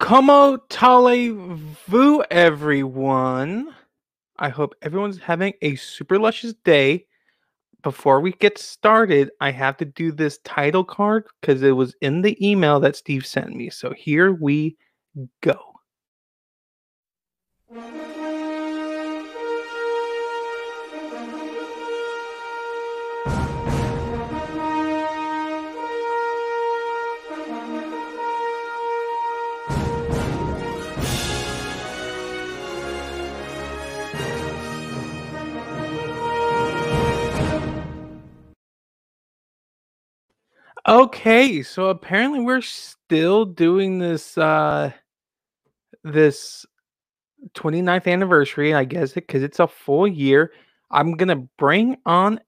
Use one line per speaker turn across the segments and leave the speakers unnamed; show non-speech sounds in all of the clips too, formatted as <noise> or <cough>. Como talevu, everyone? I hope everyone's having a super luscious day. Before we get started, I have to do this title card because it was in the email that Steve sent me. So here we go. Okay, so apparently we're still doing this uh this 29th anniversary, I guess it cuz it's a full year. I'm going to bring on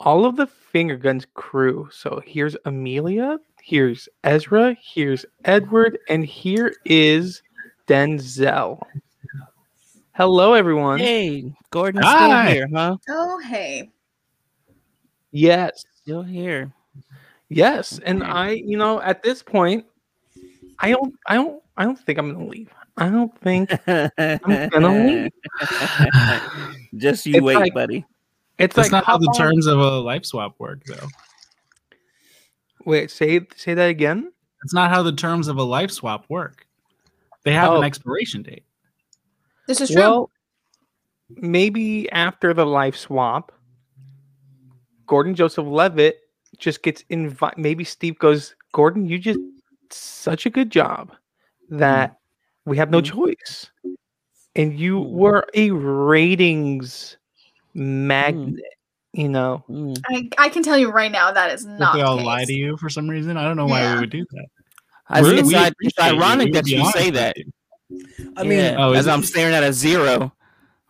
all of the finger guns crew. So here's Amelia, here's Ezra, here's Edward, and here is Denzel. Hello everyone.
Hey, Gordon's still
Hi.
here, huh?
Oh, hey.
Yes.
Still
<laughs>
<laughs>
here.
Yes, and I, you know, at this point, I don't, I don't, I don't think I'm gonna leave. I don't
<laughs>
think I'm gonna leave.
Just you
It's
wait,
like-
buddy.
It's
That's
like
not how
hop
the
on-
terms of a life swap work, though.
Wait, say say that again.
That's not how the terms of a life swap work. They have
Oh.
an expiration date.
This is true.
Well, maybe after the life swap, Gordon Joseph Levitt just gets invited. Maybe Steve goes, Gordon, you just such a good job that
Mm-hmm.
we have no
Mm.
choice, and you
Mm.
were a ratings
Mm-hmm.
magnet. You know.
Mm.
I, I can tell you right now that is
If
not.
they all
the
lie
case.
to you for some reason, I don't know why we would do that.
I
We're-
think it's,
we
i- it's
appreciate
ironic
We
that
would
you
be
say
honest
that.
with you.
I
I
mean,
mean,
Oh, is
as
it-
I'm staring at a zero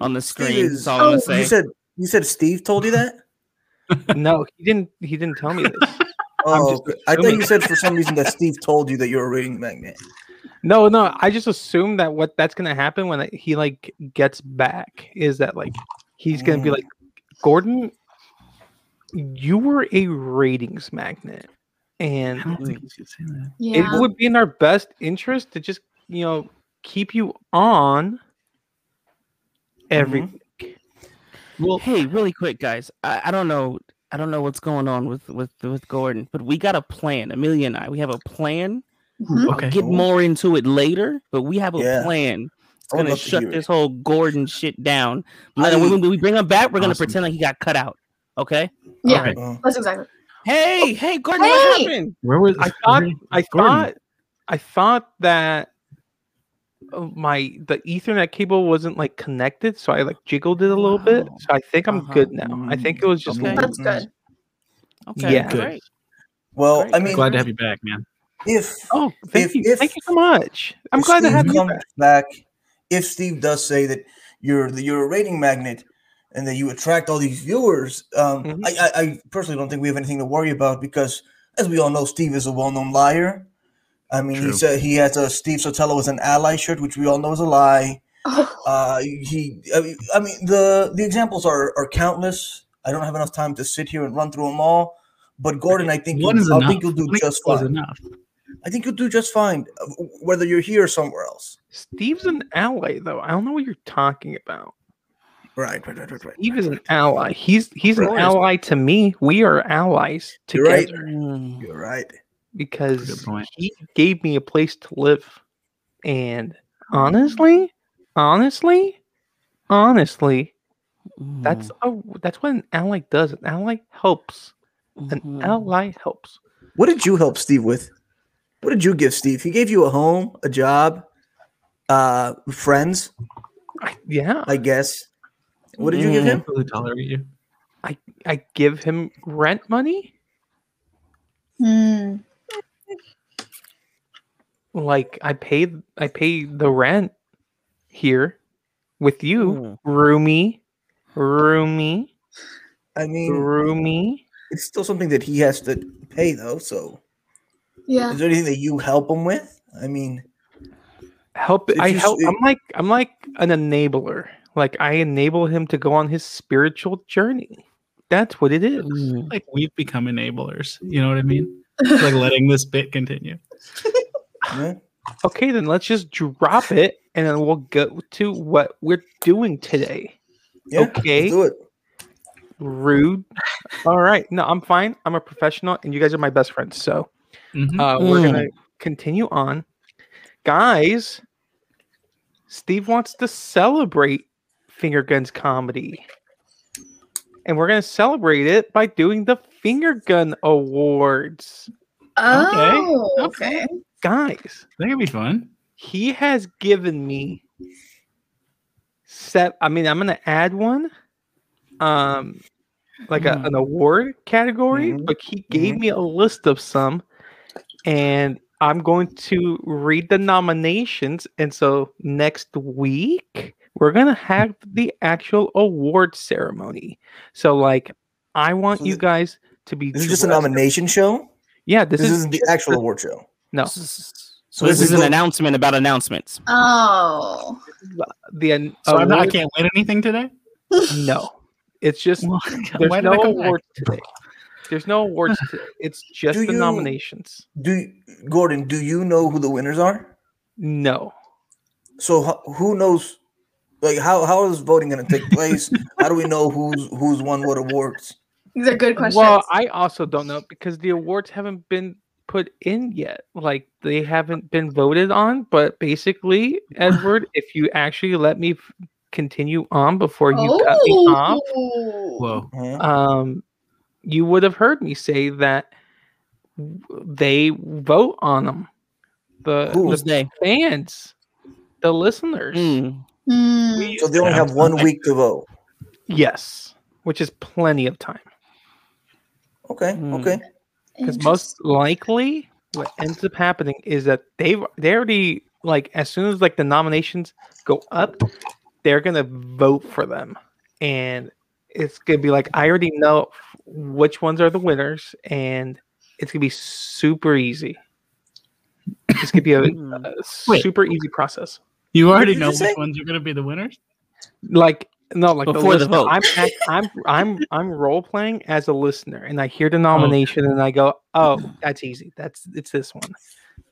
on the Uh, screen,
Steve
that's
is-
all I'm gonna
oh,
say.
You said you said Steve told you
<laughs>
that.
no, he didn't. He didn't tell me this.
Oh,
just
I thought
assuming.
you said for some reason that Steve told you that you were a reading magnet.
No, no. I just assume that what that's gonna happen when I- he like gets back is that like he's gonna be
Mm.
like, Gordon, you were a ratings magnet,
I
and
don't think you should say that.
Yeah.
it would be in our best interest to just you know keep you on every week.
Well,
hey, really quick, guys. I, I don't know. I don't know what's going on with with with Gordon, but we got a plan. Amelia and I, we have a plan.
Mhm.
okay.
Get more into it later, but we have a
Yeah.
plan. It's
I would
gonna
love to
shut
hear
this
it.
whole Gordon shit down.
I
And when
would-
we bring him back, we're gonna
Awesome.
pretend like he got cut out. Okay.
Yeah.
Okay.
Oh,
That's exactly.
Hey, hey, Gordon, what
Hey!
happened?
Where was
I thought.
where-
I
Gordon,
thought. I thought that uh, my the Ethernet cable wasn't like connected, so I like jiggled it a little bit.
Wow.
So I think I'm
Uh-huh.
good now.
Mm-hmm.
I think it was just
Okay.
That's
Mm-hmm.
good.
Okay,
Yeah.
Good.
great.
Well,
Great.
I mean,
Glad to have you back, man.
if
Oh, thank
If-
you.
if-
thank you so much. I'm
if
glad to
Steve
have you.
comes
Back.
back, if Steve does say that you're that you're a rating magnet and that you attract all these viewers, um,
Mm-hmm.
Mhm.
I, I, I personally don't think we have anything to worry about because, as we all know, Steve is a well-known liar. I mean,
True.
he's a, he has a Steve Sotelo with an ally shirt, which we all know is a lie.
Oh,
Uh, he, I mean, I mean, the the examples are are countless. I don't have enough time to sit here and run through them all. But Gordon, I think
One is
you, I
enough.
think you'll do
One
just
was
fine.
enough.
I think you'll do just fine, uh, whether you're here or somewhere else.
Steve's an ally, though. I don't know what you're talking about.
Right, right, right, right, right.
Steve is an ally. He's he's an
Right.
ally to me. We are allies
You're right.
together
Mm-hmm.
Mm.
You're right.
Good
because
point.
he gave me a place to live. And
Mm.
honestly, honestly, honestly, that's a
Mm.
that's what an ally does. An ally helps. An
Mm-hmm.
Mhm.
ally helps.
What did you help Steve with? What did you give Steve? He gave you a home, a job, uh, friends,
I, yeah,
I guess. What did you give
Mm.
him?
Really tolerate you.
I give him rent money.
Mm.
Like I pay I pay the rent here with you,
Mm.
roomy, roomy,
I
Mm.
mean,
roomy.
it's still something that he has to pay, though. So,
Yeah.
is there anything that you help him with? I mean,
help
Did
i
you
help
see-
i'm like i'm like an enabler like i enable him to go on his spiritual journey that's what it is
Mm.
Like we've become enablers. You know what I mean? It's like letting this bit continue.
yeah.
Okay, then let's just drop it and then we'll go to what we're doing today.
Yeah,
Okay.
Let's do it. <laughs>
Rude. All right. No, I'm fine. I'm a professional and you guys are my best friends. So
Mhm.
uh, we're going to continue on. Guys, Steve wants to celebrate Finger Guns comedy. And we're going to celebrate it by doing the Finger Gun Awards.
Oh, okay.
Guys,
That could be fun.
he has given me set i mean i'm gonna add one um like a,
Mm-hmm.
Hmm.
an award category
Mhm.
but he gave me a list of some and i'm going to read the nominations and so next week we're gonna have the actual award ceremony so like i want
So
you
th-
guys to be
This is just a
dressed-
nomination show.
yeah this,
This,
is
isn't the actual award show.
no
This is-
So
So this
this
is
is
an
the-
announcement about announcements.
Oh,
the an-
So I'm not, I
award-
can't win anything today.
no it's <laughs> just
Why
There's
did I
no
come back?
awards today. There's no awards today. It's just
Do
the
you-
nominations.
Do Gordon? Do you know who the winners are?
No.
So ho- who knows? Like how how is voting going to take <laughs> place? how do we know who's who's won what awards?
these are good questions.
Well, I also don't know because the awards haven't been put in yet. Like they haven't been voted on. But basically, Edward, if you actually let me f- continue on before you
Oh.
cut me off,
Whoa.
Huh?
um, you would have heard me say that w- they vote on them. The,
Who
the
Who's they?
fans, the listeners.
Mm.
Hmm.
So they only
Yeah.
have one week to vote.
Yes, which is plenty of time.
Okay,
Hmm.
okay.
because most likely what ends up happening is that they've they already like as soon as like the nominations go up they're gonna vote for them and it's gonna be like i already know which ones are the winners and it's gonna be super easy it's gonna be a,
Mm.
a
Wait.
super easy process
You already
you
know
just
which
say?
ones are going to be the winners.
like no like
Before the
listener,
vote.
i'm act- i'm i'm i'm role playing as a listener and i hear
Oh.
the nomination and i go oh that's easy that's it's this one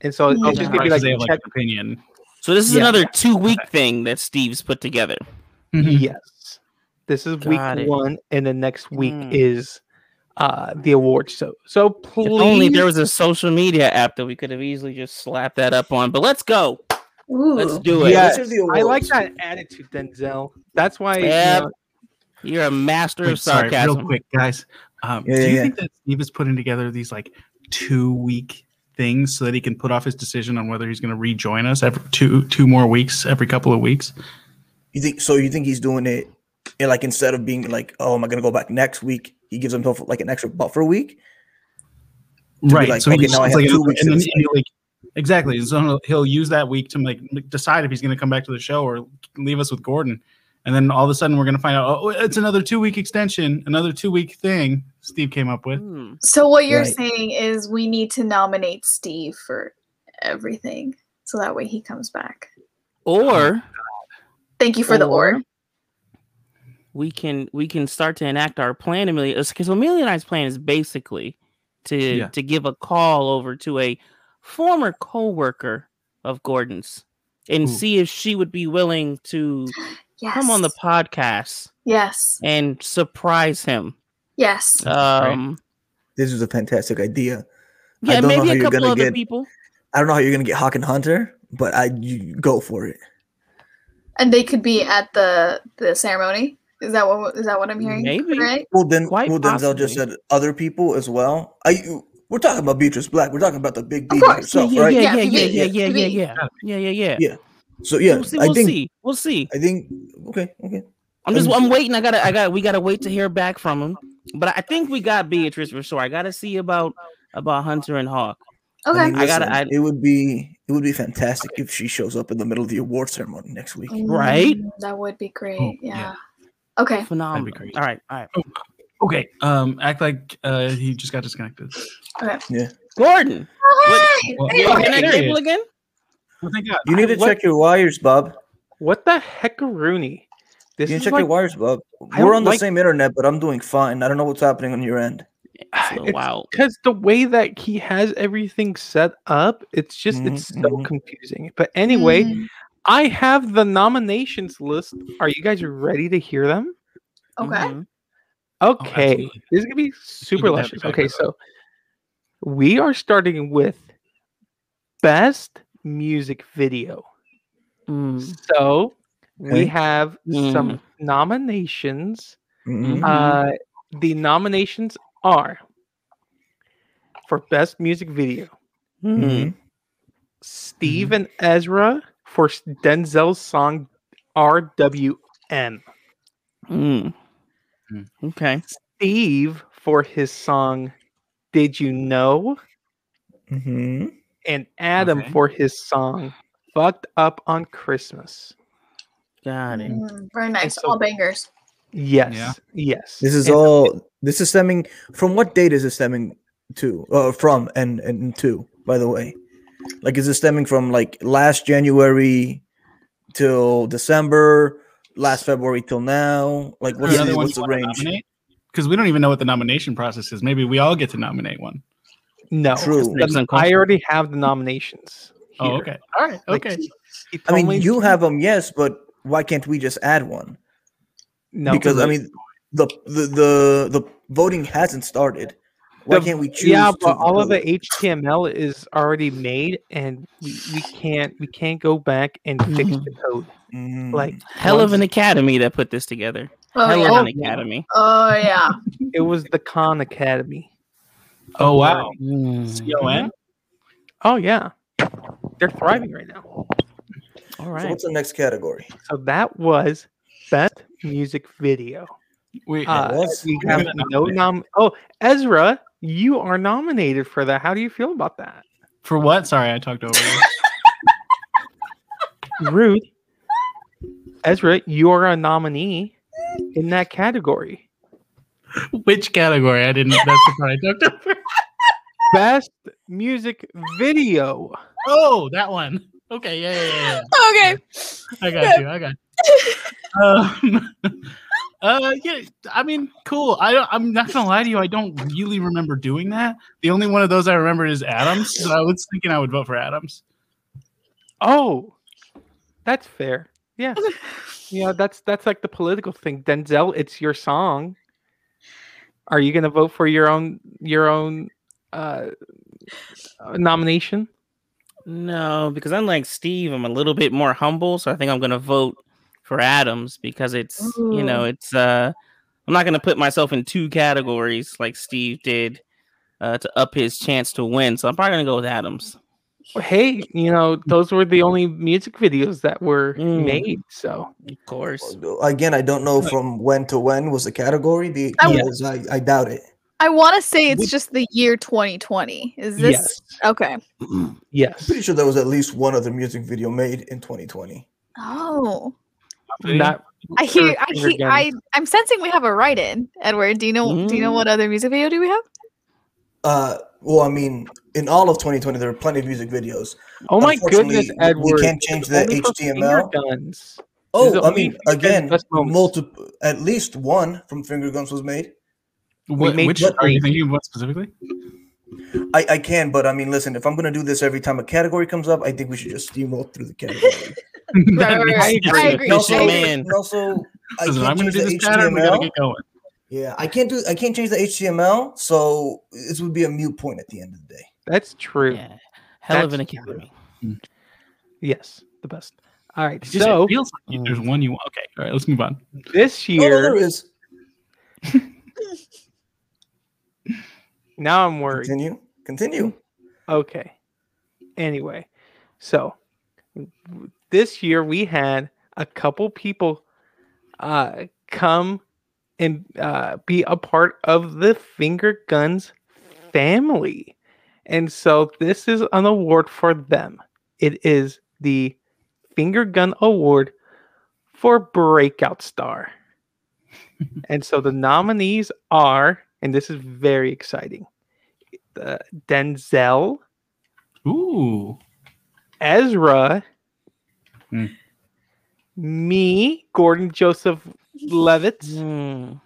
and so it's
Yeah.
just
Right,
gonna be
'cause
like,
they have like
check,
an opinion.
So this is
Yeah.
another two-week thing that Steve's put together.
Mm-hmm.
yes this is
Got
week
it.
one and the next week
Mm.
is uh the award show so please
If only there was a social media app that we could have easily just slapped that up on. But let's go.
Ooh.
Let's do it.
Yes.
Which of the
i like
awards?
that attitude denzel that's why uh, you
Yeah.
know,
You're a master
Wait,
of
sorry,
sarcasm.
real quick, guys. Um,
Yeah,
do
yeah,
you
yeah.
think that Steve is putting together these like two week things so that he can put off his decision on whether he's going to rejoin us every two two more weeks, every couple of weeks?
You think so? You think he's doing it, and like instead of being like, "Oh, am I gonna go back next week?" He gives himself like an extra buffer week. be
Right.
like,
so he
okay,
just,
now I
it's
have
like,
two weeks
and then
to
he, like exactly. And so he'll- he'll use that week to like decide if he's going to come back to the show or leave us with Gordon. And then all of a sudden we're going to find out. Oh, it's another two week extension, another two week thing. Steve came up with.
Hmm.
So what you're
Right.
saying is we need to nominate Steve for everything, so that way he comes back.
Or
Thank you for the
Or-
org.
we can we can start to enact our plan, Amelia. Because Amelia and I's plan is basically to
Yeah.
to give a call over to a former coworker of Gordon's and
Ooh.
see if she would be willing to
Yes.
come on the podcast
Yes.
and surprise him.
Yes.
Um,
This is a fantastic idea. I
yeah,
don't know
maybe
how
a
you're
couple
gonna
other
get-
people.
I don't know how you're gonna get Hawk and Hunter, but I you, you go for it.
And they could be at the the ceremony. Is that what is that what I'm hearing?
Maybe.
Right?
Well, then,
Quite
well, Denzel just
possibly.
said other people as well. I you- we're talking about Beatrice Black. We're talking about the big
Of
diva
course,
herself,
yeah,
right?
yeah, yeah,
Yeah, me,
yeah, yeah, yeah,
me.
yeah, yeah, yeah, yeah, yeah.
Yeah. So yeah,
we'll see.
I
We'll
think
see. We'll see.
I think okay, okay.
I'm just.
Um,
I'm waiting. I gotta. I got. to We gotta wait to hear back from him. But I think we got Beatrice for sure. I gotta see about about Hunter and Hawk.
Okay.
mean,
I gotta- I-
listen, it would be it would be fantastic if she shows up in the middle of the award ceremony next week.
Right?
Mm, That would be great.
Oh,
yeah.
yeah.
Okay.
Phenomenal.
great.
All right. All right.
Okay. Um, act like uh, he just got disconnected.
Gordon. What-
Hey,
what-
hey,
what-
hey.
Can I
There he
table
is.
again?
Oh, thank God.
You need to
what-
check your wires, Bob.
what the heck rooney this
you
is
check
like
your wires, Bob.
I
We're
don't
on the
like-
same internet, but I'm doing fine. I don't know what's happening on your end.
It's a little
ah, It's-
wild.
because the way that he has everything set up, it's just it's so
Mm-hmm.
Mhm.
confusing. But anyway,
Mm,
I have the nominations list. Are you guys ready to hear them?
<laughs> okay.
Mhm.
Okay,
Oh, absolutely.
this is gonna be super
did that
luscious.
exactly
Okay,
right.
so we are starting with best music video.
Mm-hmm.
Mm.
So we
Okay.
have some nominations.
Mhm.
Mm-hmm.
Uh, the nominations are for best music video
Mm-hmm.
Mhm.
Mm-hmm.
Steve and Ezra for S- Denzel's song RWM,
Mm.
Mm.
Mm-hmm. Okay.
Steve for his song Did You Know,
Mhm.
and Adam
Okay.
for his song Fucked Up on Christmas.
Got it.
Mm, very nice.
so-
All bangers.
Yes, yes.
This is
And
all. This is stemming from what date is it stemming to? Uh, from and and to. By the way, like is it stemming from like last January till December, last February till now? Like what's,
Another
the,
one
what's
you
the
wanna
range?
nominate? Because we don't even know what the nomination process is. Maybe we all get to nominate one.
No,
True.
the-
Excellent
I
question.
already have the nominations.
Oh,
here.
okay. All right.
Like,
Okay.
he- he
I
told me-
mean, you have them, yes, but why can't we just add one?
no
because I mean, the the the, the voting hasn't started. Why
The-
can't we choose?
yeah,
to
but all of the
vote?
HTML is already made, and we, we can't we can't go back and fix
Mm-hmm.
the code.
Mm.
Like
Hell of
once
an academy that put this together.
Oh
Hell
yeah.
of an academy.
Oh
<laughs>
yeah.
it was the Khan Academy.
Oh wow.
Mm.
C O N.
Oh yeah, they're thriving right now.
All
So
right.
what's the next category?
So that was best music video.
Wait.
Uh,
was?
we
Who
have
got
no
nominated?
nom. Oh, Ezra, you are nominated for that. How do you feel about that?
For what? Sorry, I talked over you.
Rude. Ezra, you are a nominee in that category.
<laughs> Which category? I didn't. That's the part I talked over.
best music video.
Oh, that one. Okay. Yeah. Yeah. yeah, yeah.
Okay.
I got you. I got. You. Um, <laughs> uh, yeah. I mean, cool. I don't, I'm not gonna lie to you. I don't really remember doing that. The only one of those I remember is Adams. So I was thinking I would vote for Adams.
Oh, that's fair.
<laughs>
Yeah, yeah. That's that's like the political thing. Denzel, it's your song. Are you gonna vote for your own your own uh, uh, nomination?
No, because unlike Steve, I'm a little bit more humble, so I think I'm gonna vote for Adams because it's you know
Ooh.
it's uh I'm not gonna put myself in two categories like Steve did uh, to up his chance to win. So I'm probably gonna go with Adams.
Well, hey, you know those were the only music videos that were
Mm.
made. So
Of course.
Again, I don't know from when to when was the category. The
I-
because I, I doubt it.
I want to say it's just the year 2020. Is this okay?
yes,
Pretty
yes.
sure there was at least one other music video made in 2020.
Oh,
Not
I
Sure,
hear. I
finger
hear. I.
guns.
I'm sensing we have a write-in, Edward. Do you know? Do you
Mm.
know what other music video do
<laughs>
we have?
Uh, well, I mean, in all of 2020, there were plenty of music videos.
oh my goodness,
Unfortunately, we
Edward.
can't change
it's
the
only for finger
HTML.
Guns.
Oh,
the
I
only
mean,
thing that
again,
best moments.
multiple, at least one from Finger Guns was made.
We
Wh-
made
which
what
are you
we-
thinking of what specifically? <laughs>
I, I can, but I mean, listen, if I'm gonna do this every time a category comes up, I think we should just steamroll through the category.
Right, right, right.
sense.
I agree.
And also,
Efficient
I-
man.
and also, I
Listen, I'm
can't
gonna
change the
do this pattern. We gotta
HTML.
get going.
Yeah, I can't do I can't change the HTML, so this would be a mute point at the end of the day.
That's true.
Yeah. Hell of
That's
an
true.
academy.
Yes, the best. All right,
It just
so um,
it feels like there's one you want. Okay, all right, let's move on.
this
Oh, no,
year,
there is.
now I'm worried.
Continue. Continue.
Okay. Anyway, so w- this year we had a couple people uh, come and uh, be a part of the Finger Guns family. And so this is an award for them. It is the Finger Gun Award for Breakout Star. and so the nominees are, and this is very exciting uh, Denzel.
Ooh,
Ezra,
Hmm.
me, Gordon Joseph Levitt,
Mm.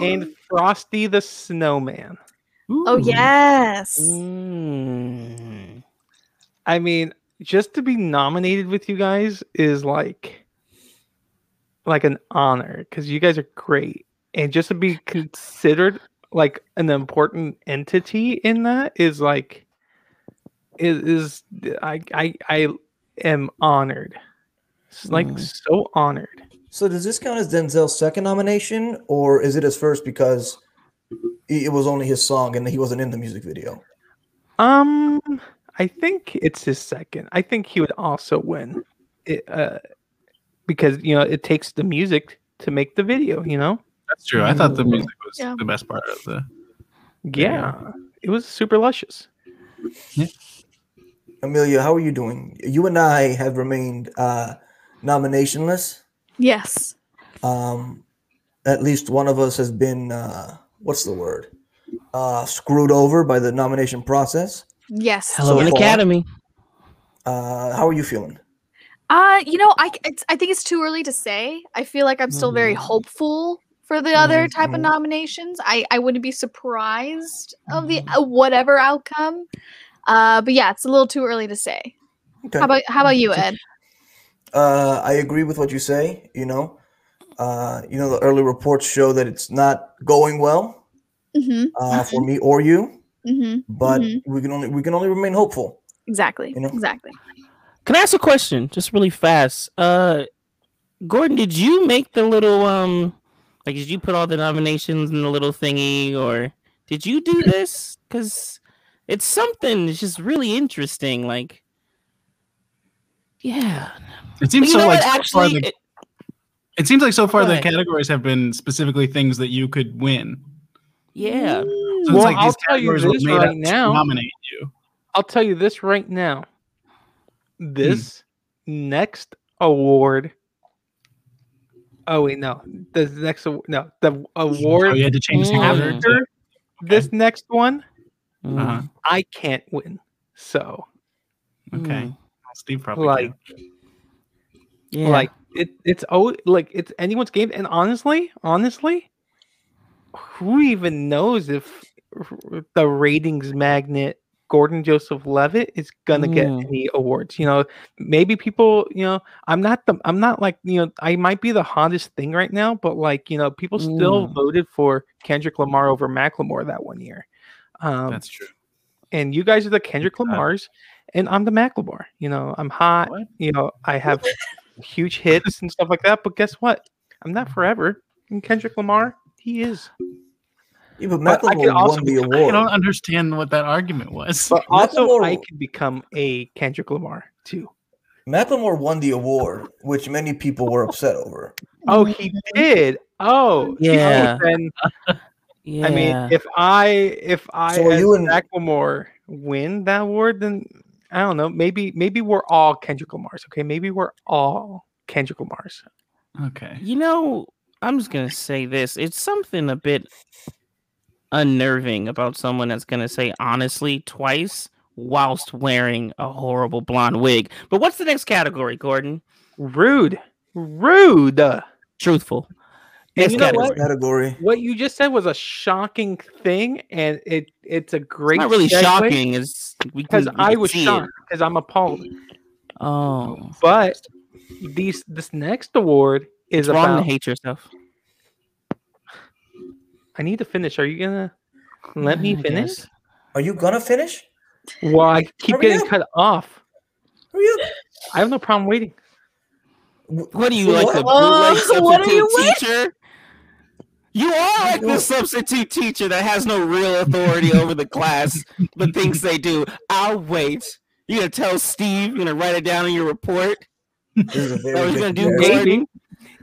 and Frosty the Snowman.
Oh yes.
Mm.
I mean, just to be nominated with you guys is like like an honor because you guys are great. And just to be considered like an important entity in that is like is, is I I I am honored. It's like
Mm.
so honored.
So does this count as Denzel's second nomination, or is it his first because i- it was only his song and he wasn't in the music video?
Um I think it's his second. I think he would also win. It, uh because you know it takes the music to make the video, you know?
That's true. I thought the music was
Yeah.
the best part of the.
Yeah, it was super luscious.
Amelia, how are you doing? You and I have remained uh, nominationless.
Yes.
Um, at least one of us has been uh, what's the word? Uh, screwed over by the nomination process.
Yes.
Hello,
So
an
far.
academy.
Uh, how are you feeling?
Uh, you know, I it's, I think it's too early to say. I feel like I'm still very
Mhm.
hopeful for the other type of
Mhm.
nominations. I I wouldn't be surprised of the uh, whatever outcome. Uh, but yeah, it's a little too early to say.
Okay.
How about how about you, Ed?
Uh, I agree with what you say. You know, uh, you know the early reports show that it's not going well
Mm-hmm.
uh, for me or you,
Mm-hmm.
but
Mhm.
we can only we can only remain hopeful.
Exactly.
You know?
Exactly.
Can I ask a question, just really fast? Uh, Gordon, did you make the little um, like did you put all the nominations in the little thingy, or did you do this? Because it's something that's just really interesting. Like, yeah,
It
But
seems
you
so
know
like
what?
so far
Actually,
the-
it-
it seems like so far the
Right.
categories have been specifically things that you could win.
yeah.
Mm.
So
Well,
it's like
I'll
these
tell you
categories were
this
made up
right
to
now.
nominate you.
I'll tell you this right now. This next award. Oh wait, no. The next award. No, the
Oh,
award
you had to change the order.
after this next one.
Uh-huh.
I can't win. So
Mm,
Okay.
mm,
Steve probably
Like-
can.
yeah.
like it, it's oh like it's anyone's game. And honestly, honestly, who even knows if r- the ratings magnet Gordon Joseph Levitt is gonna get
Mm.
any awards. You know, maybe people, you know, I'm not the I'm not like, you know, I might be the hottest thing right now, but like, you know, people still
Mm.
voted for Kendrick Lamar over Macklemore that one year. Um
That's true.
and you guys are the Kendrick
God.
Lamars and I'm the Macklemore. You know, I'm hot,
What?
you know,
<laughs>
I have huge hits and stuff like that, but guess what? I'm
Mm-hmm.
not forever. And Kendrick Lamar, he is.
Yeah, but
But I could
Macklemore
also-
won the
I
award.
don't understand what that argument was.
But also, I
Macklemore-
can become a Kendrick Lamar too.
Macklemore won the award, which many people were upset over.
Oh,
Mm-hmm.
he did. Oh,
Yeah.
Oh, then,
yeah.
I mean, if I if I
So are
as
you in-
Macklemore win that award, then I don't know. Maybe maybe we're all Kendrick Lamar's. Okay, maybe we're all Kendrick Lamar's.
okay.
You know, I'm just gonna say this. It's something a bit unnerving about someone that's gonna say honestly twice whilst wearing a horrible blonde wig. But what's the next category, Gordon?
Rude, rude. And
Truthful. Next
you know what?
category.
Category.
What you just said was a shocking thing, and it it's a
It's
great.
not really shocking. It's we
because
can- we
I
can
was
see it. Mm.
shocked because I'm appalled.
Oh,
But these this next award is
it's wrong
about
to hate yourself.
I need to finish. Are you gonna let me
I
finish?
guess.
Are you gonna finish?
Well, I keep
Hurry
getting
up.
cut off.
Are you?
I have no problem waiting.
w-
What are you
for
like
<laughs> what?
the bootleg
Oh, what are
substitute
you with?
teacher? You are like
<laughs>
the substitute teacher that has no real authority over the class, but thinks they do. I'll wait. You gonna tell Steve? You gonna write it down in your report?
This is a very
That was
good
gonna do
comparison.
Maybe.
Gordon.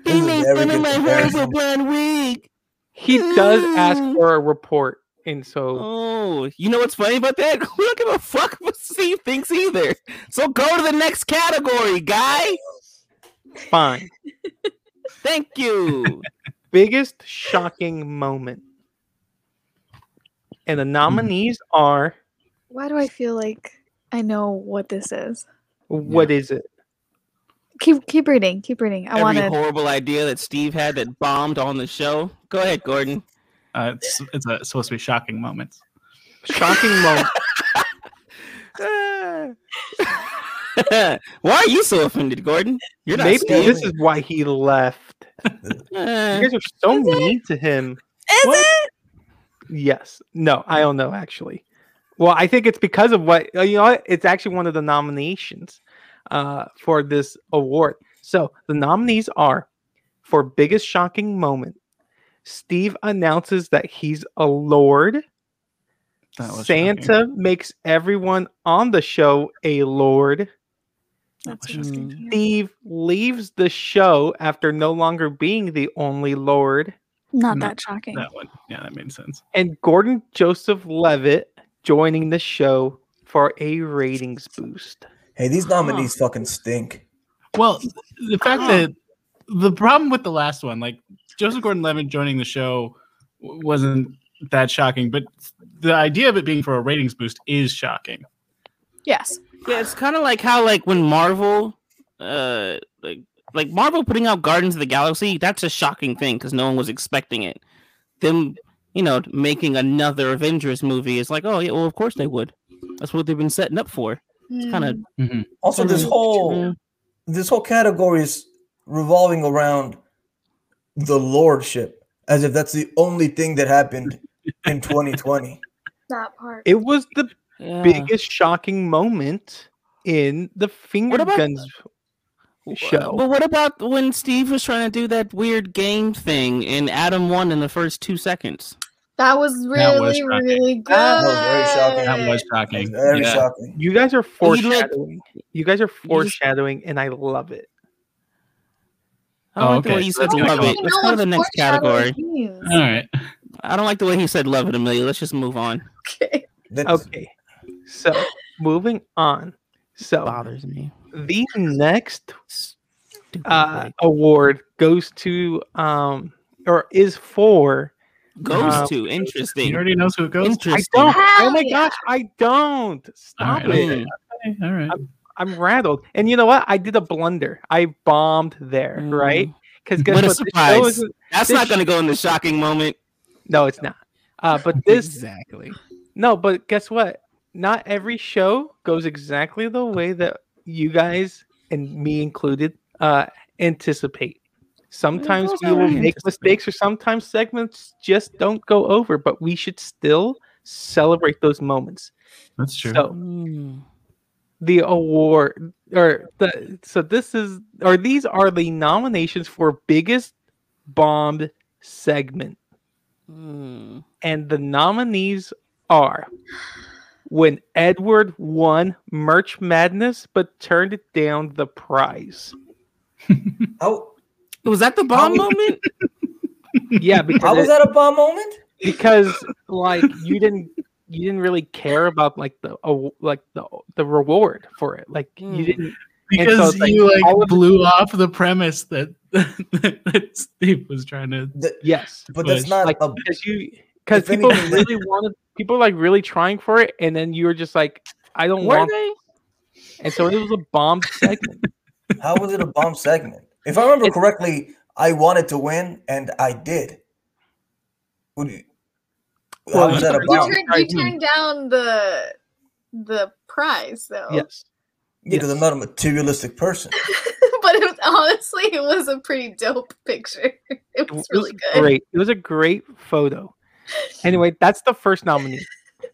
This is
He
a
made
very
fun
good
of my
comparison.
horrible blonde wig.
He does ask
Mm.
for a report, and so
Oh, you know what's funny about that? <laughs> We don't give a fuck what Steve thinks either. So go to the next category, guy.
fine.
Thank you.
Biggest shocking moment, and the
Hmm.
nominees are
Why do I feel like I know what this is?
What is it?
Keep keep reading. Keep reading. I
Every
want to.
horrible idea that Steve had that bombed on the show. Go ahead, Gordon.
Uh, it's it's a, supposed to be shocking moments.
Shocking
<laughs>
moment.
<laughs> Why are you so offended, Gordon? You're not
Maybe
Steve.
this is why he left.
Uh,
You guys are so mean to him.
Uh, Is
What?
it?
Yes. No, I don't know actually. Well, I think it's because of what uh, you know. what? It's actually one of the nominations uh, for this award. So the nominees are for biggest shocking moment. Steve announces that he's a lord.
That was
Santa
shocking.
makes everyone on the show a lord.
That's
was
interesting. to hear.
Steve leaves the show after no longer being the only lord.
Not
No,
that shocking.
That one. Yeah, that made sense.
and Gordon Joseph Levitt joining the show for a ratings boost.
Hey, these nominees fucking stink.
Well, the fact that the problem with the last one, like Joseph Gordon-Levitt joining the show, w- wasn't that shocking, but the idea of it being for a ratings boost is shocking.
Yes.
Yeah, it's kind of like how like when Marvel, uh, like like Marvel putting out Gardens of the Galaxy, that's a shocking thing because no one was expecting it. Them, you know, making another Avengers movie is like, oh yeah, well of course they would. That's what they've been setting up for. It's kind
Mm.
of
Also, this whole this whole category is revolving around the lordship, as if that's the only thing that happened
<laughs>
in 2020.
That part.
It was the
yeah.
biggest shocking moment in the finger
about
guns.
W-
show.
But what about when Steve was trying to do that weird game thing and Adam won in the first two seconds?
That was
That was
really,
shocking.
really good.
That
was very shocking.
That was
That's
shocking.
Very
Yeah.
shocking.
You guys are
Well, he looked-
foreshadowing. You guys are
just-
foreshadowing, and I love it.
I don't
Oh,
like the way
okay,
you
so
said
that's gonna
love
come
it.
up.
Let's go to the next category.
All right.
I don't like the way he said love it, Amelia. Let's just move on.
Okay.
That's-
Okay, so moving on. So
bothers me.
the next
Stupid,
uh,
like,
award goes to um or is for.
goes
uh,
to
He
interesting.
already knows who it goes. to.
I
Interesting.
don't. Oh
Hell
my
yeah.
gosh! I don't. Stop
right,
it.
okay. Okay, All right.
I'm rattled. And you know what? I did a blunder. I bombed there,
Mm.
right? Because guess
What a
what? This show
surprise.
isn't-
That's
This
not
sh-
going to go in the shocking moment.
no, it's not. Uh, but this
exactly.
no, but guess what? Not every show goes exactly the way that you guys and me included uh, anticipate. Sometimes
goes
we
how
will
I
make
anticipate.
mistakes, or sometimes segments just don't go over. But we should still celebrate those moments.
That's true.
So
Mm.
the award or the so this is or these are the nominations for biggest bombed segment
Mm.
and the nominees are when edward won merch madness but turned it down the prize
How,
Was that the
Oh,
bomb moment?
yeah
<laughs> how
because
was
it-
that a bomb moment?
because like you didn't you didn't really care about like the aw- like the the reward for it like you
Hmm.
Mm.
didn't And so
because
it's like
you
all
like
of the-
blew off the premise that, <laughs> that Steve was trying to.
That-
yes
but that's
Push.
not
like
a.
because you because
if
people
anything,
really wanted people were, like really trying for it, and then you were just like, I don't
Were
want,
they?
and so it was
<laughs>
a bomb segment.
How was it a bomb segment? If I remember correctly, I wanted to win and I did. Would you- How
Well,
was that a
you
You
bomb?
turn-
turned, you turned down the the prize though.
yes,
Because I'm not a materialistic person.
<laughs> but it was, honestly, it was a pretty dope picture. <laughs> It
it
was
was
really good.
great. It was a great photo. Anyway, that's the first nominee.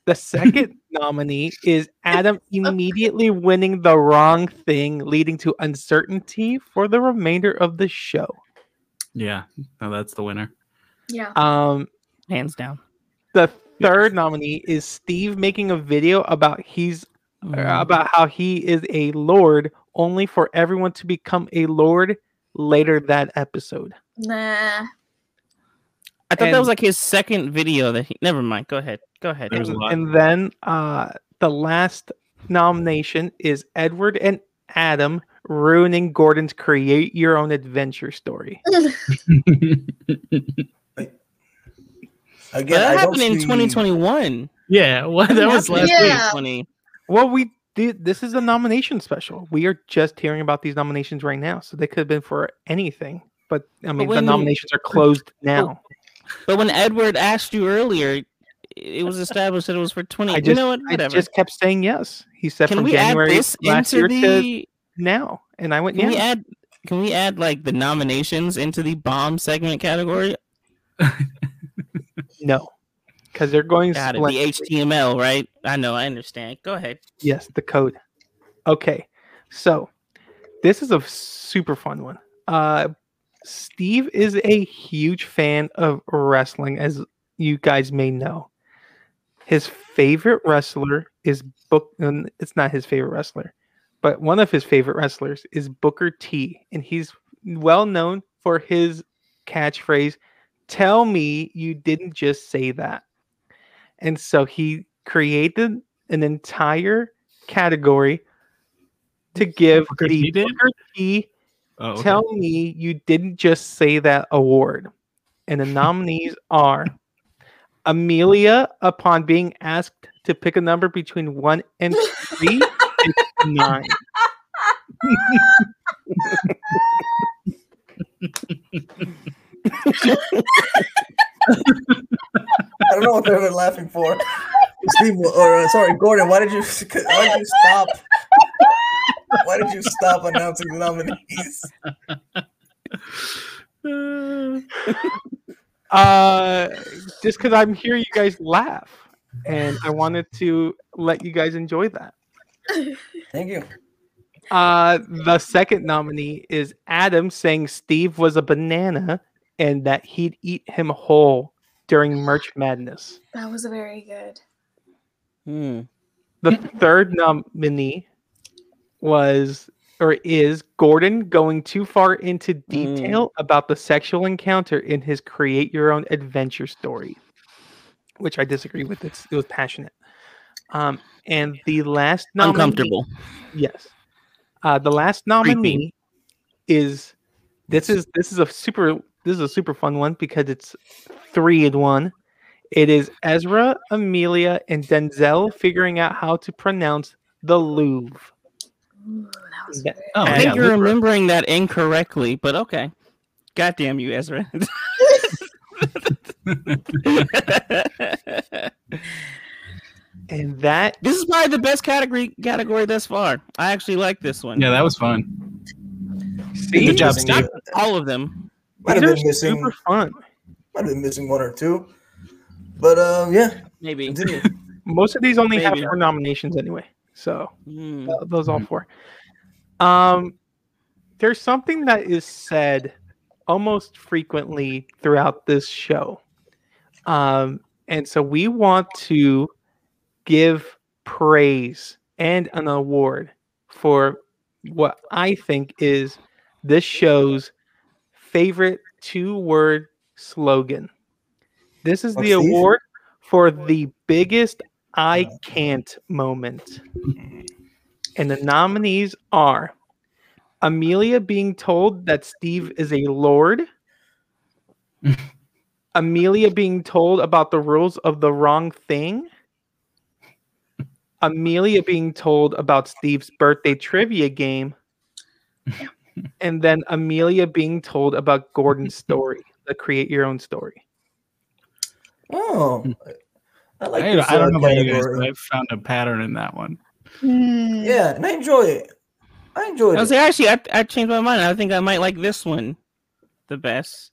The
<laughs>
second nominee is Adam immediately winning the wrong thing, leading to uncertainty for the remainder of the show.
Yeah. No, that's the winner.
Yeah.
Um,
Hands down.
the third nominee is Steve making a video about he's
Mm.
Mm-hmm.
uh, about how he is a lord only for everyone to become a lord later that episode.
Nah.
I thought that
and-
was like his second video that he. Never mind. Go ahead. Go ahead.
There was a
And,
lot.
and then uh, the last nomination is Edward and Adam ruining Gordon's create your own adventure story.
Again,
that
I don't
happened in
see-
2021.
<laughs> yeah. What? That was last
Yeah.
week.
week.
Well, we did this is a nomination special. We are just hearing about these nominations right now, so they could have been for anything. But I mean, the
when- Oh,
nominations are closed now.
But when Edward asked you earlier, it was established that it was for 20.
I
you
just,
know what?
I
Whatever.
just kept saying yes. He said
can
from
we add
January
this
last
into
year to
the?
now, and I went
Can we
yeah.
add? Can we add like the nominations into the bomb segment category?
No, because they're going
Got it. The
split.
HTML, right? I know. I understand. Go ahead.
Yes, the code. Okay, so this is a f- super fun one. Uh, Steve is a huge fan of wrestling, as you guys may know. His favorite wrestler is Book. um, It's not his favorite wrestler, but one of his favorite wrestlers is Booker T, and he's well known for his catchphrase, "Tell me you didn't just say that." And so he created an entire category to give
Booker
the
T did?
Booker T
Oh, okay.
Tell me you didn't just say that award. And the nominees are Amelia, upon being asked to pick a number between one and three, it's nine.
I don't know what they were laughing for. Steve, or uh, sorry, Gordon, why did you <laughs> why did you stop? Why did you stop announcing the nominees?
Oh,
Uh, just because I'm here, you guys laugh. And I wanted to let you guys enjoy that.
Thank you.
Uh, the second nominee is Adam saying Steve was a banana and that he'd eat him whole during Merch Madness.
That was very good.
Hmm.
The third nominee was or is Gordon going too far into detail about the sexual encounter in his create your own adventure story, which I disagree with. It's, it was passionate. Um, and the last nominee,
Uncomfortable.
Yes. Uh, the last nominee is this is this is a super this is a super fun one because it's three in one. It is Ezra, Amelia, and Denzel figuring out how to pronounce the Louvre.
Ooh, Mm, that was
That-
very
Oh,
I
yeah,
think
yeah.
you're remembering that incorrectly, but okay. Goddamn you, Ezra. <laughs>
And that
This is probably the best category category thus far. I actually like this one.
Yeah, that was fun.
See?
Good job,
These
Steve.
All of them.
Might have
are
been missing.
super fun.
Might have been missing one or two. But um, yeah,
Maybe.
continue.
Most of these only have
Maybe.
four nominations anyway. So
Hmm.
Uh, those all four. Um, there's something that is said almost frequently throughout this show, um, and so we want to give praise and an award for what I think is this show's favorite two-word slogan. This is
Oh,
the
Steve?
award for the biggest I can't moment. And the nominees are Amelia being told that Steve is a lord, Amelia being told about the rules of the wrong thing, Amelia being told about Steve's birthday trivia game, and then Amelia being told about Gordon's story, the create your own story.
Oh, I like.
Hmm. I,
this,
I don't
uh,
know about you guys,
category.
but I found a pattern in that one.
Mm.
Yeah, and I enjoy it. I enjoy
I was
it.
like, actually, I, I changed my mind. I think I might like this one the best.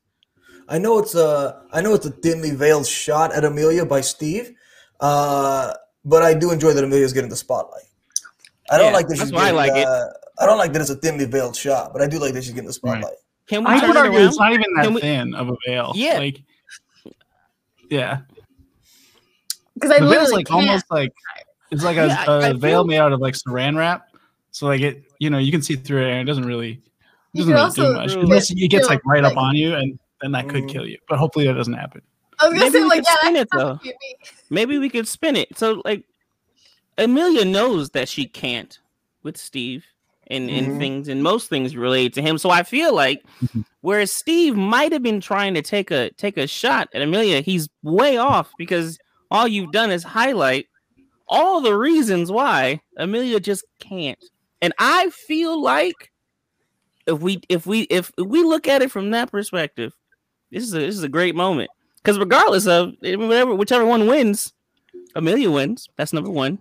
I know it's a I know it's a thinly veiled shot at Amelia by Steve, uh, but I do enjoy that Amelia's getting the spotlight. I don't
Yeah,
like that
that's
she's
why I
getting,
like it.
uh, I don't like that it's a thinly veiled shot, but I do like that she's getting the
Right.
spotlight.
Can we
I
I
turn
would
it
argue
around?
it's not even that
Can we-
thin of a veil.
Yeah.
Like, yeah.
Because I
the veil's
literally
like
can't.
almost like it's like a,
Yeah, I-
a
I
veil
feel-
made out of like saran wrap. So like it, you know, you can see through it, and it doesn't really it doesn't
You could
really
also
do much
through-
unless it gets
feel
like right up
like-
on you, and then that could
Mhm.
kill you. But hopefully that doesn't happen.
I was gonna
Maybe
say
we
like
could
yeah,
spin
that
it, though.
sounds creepy.
Maybe we could spin it. So, like, Amelia knows that she can't with Steve and,
Mhm.
and things, and most things related to him. So I feel like
Mhm.
whereas Steve might have been trying to take a take a shot at Amelia, he's way off because all you've done is highlight all the reasons why Amelia just can't. And I feel like if we if we if we look at it from that perspective, this is a this is a great moment. Because regardless of eh, whatever, whichever one wins, Amelia wins. That's number one.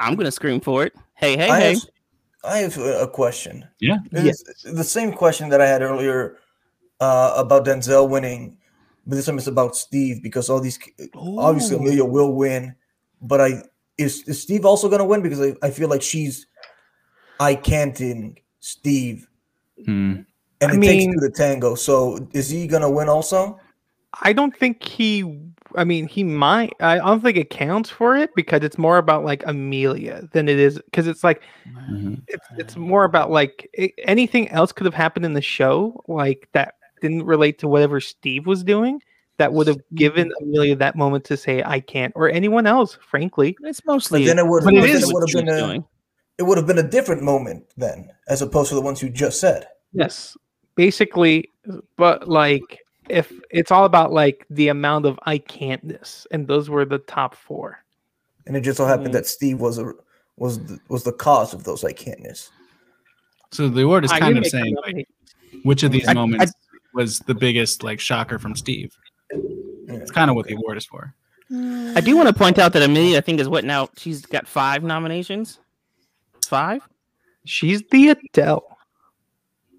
I'm gonna scream for it. Hey, hey,
I
hey!
have, I have a a question.
Yeah.
It's The same question that I had earlier uh, about Denzel winning, but this time it's about Steve because all these obviously Amelia will win, but I is, is Steve also going to win because I, I feel like she's I canting Steve
Hmm.
and
I
it
mean-
takes two to tango. So is he going to win also?
I don't think he. I mean, he might. I I don't think it counts for it because it's more about like Amelia than it is because it's like
Mm-hmm.
Mhm.
it's it's more about like i anything else could have happened in the show like that didn't relate to whatever Steve was doing that would have given Amelia that moment to say I can't or anyone else. Frankly,
It's
But
mostly.
then it would
But it
then
is
it would have been a, it would have been a different moment then as opposed to the ones you just said.
yes, basically, but like if it's all about like the amount of I can'tness, and those were the top four.
and it just so happened
Mm.
that Steve was a was the, was the cause of those I can'tness.
So the award is
I
kind
didn't make
of
that
saying
up.
like, which of these
I-
moments was the biggest like shocker from Steve.
Yeah.
It's kind of what the award is for.
Hmm.
I do want to point out that Amelia, I think, is what now? She's got five nominations. Five?
she's the Adele.